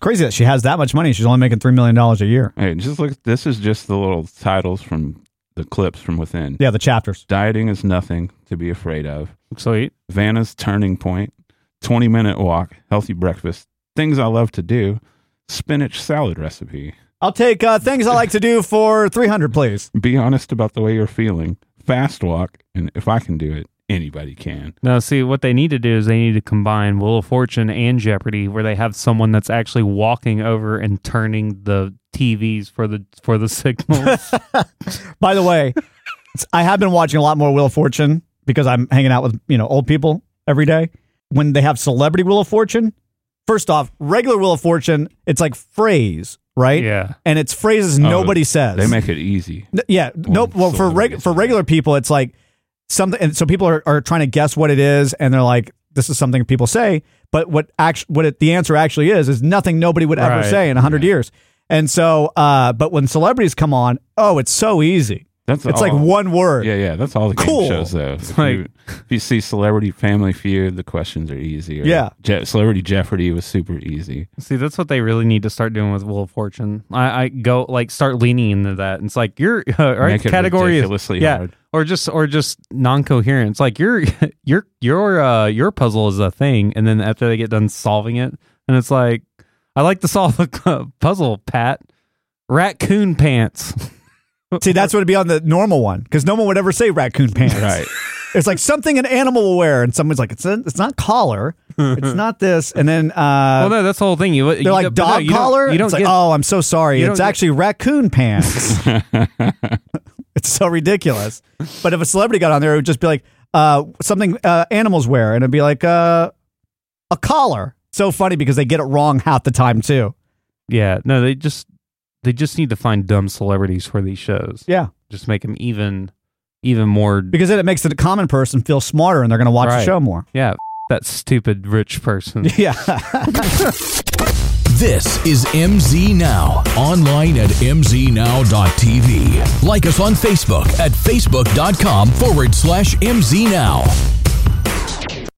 S5: crazy that she has that much money. She's only making $3 million a year.
S6: Hey, just look, this is just the little titles from the clips from within.
S5: Yeah, the chapters.
S6: Dieting is nothing to be afraid of.
S7: Sweet.
S6: Vanna's turning point, 20 minute walk, healthy breakfast, things I love to do, spinach salad recipe.
S5: I'll take uh, things I like to do for 300 please.
S6: Be honest about the way you're feeling, fast walk, and if I can do it, anybody can.
S7: Now, see, what they need to do is they need to combine Wheel of Fortune and Jeopardy, where they have someone that's actually walking over and turning the TVs for the for the signals.
S5: By the way, I have been watching a lot more Wheel of Fortune because I'm hanging out with you know old people every day. When they have celebrity Wheel of Fortune, first off, regular Wheel of Fortune, it's like phrase, right?
S6: Yeah.
S5: and it's phrases nobody
S6: Oh,
S5: says.
S6: They make it easy.
S5: N- yeah, nope. Well, for reg- for regular people, it's like something, and so people are, are trying to guess what it is, and they're like, "This is something people say," but what act- what it, the answer actually is is nothing nobody would ever
S6: Right.
S5: say in hundred years. And so, uh, but when celebrities come on, oh, it's so easy.
S6: That's
S5: it's
S6: all-
S7: Uh-huh.
S5: like one word.
S6: Yeah, yeah. That's all the game
S5: Cool.
S6: shows though. If, you, if you see Celebrity Family Feud, the questions are easy. Or
S7: Yeah.
S6: Je- Celebrity Jeopardy was super easy.
S7: See, that's what they really need to start doing with Wheel of Fortune. I, I go like start leaning into that. It's like your uh, right
S6: Make it
S7: category
S6: ridiculously
S7: is yeah,
S6: hard.
S7: or just or just non-coherent. It's like your your your uh your puzzle is a thing, and then after they get done solving it, and it's like I like to solve a puzzle, Pat. Raccoon pants.
S5: Uh, See, that's what it'd be on the normal one because no one would ever say raccoon pants.
S6: Right.
S5: It's like something an animal will wear, and someone's like, "It's a, it's not collar, it's not this," and then uh,
S7: well, no, that's the whole thing. You
S5: they're like dog collar.
S7: You don't,
S5: it's
S7: get,
S5: like, oh, I'm so sorry.
S7: you
S5: It's
S7: don't get-
S5: actually raccoon pants. it's so ridiculous. But if a celebrity got on there, it would just be like uh, something uh, animals wear, and it'd be like uh, a collar. So funny because they get it wrong half the time too.
S7: Yeah, no, they just they just need to find dumb celebrities for these shows.
S5: Yeah.
S7: just make them even even more
S5: Because then it makes the common person feel smarter, and they're going to watch the
S7: Right.
S5: show more.
S7: Yeah, f- that stupid rich person.
S5: Yeah.
S1: This is MZ Now, online at mznow.tv. Like us on Facebook at facebook.com forward slash mznow.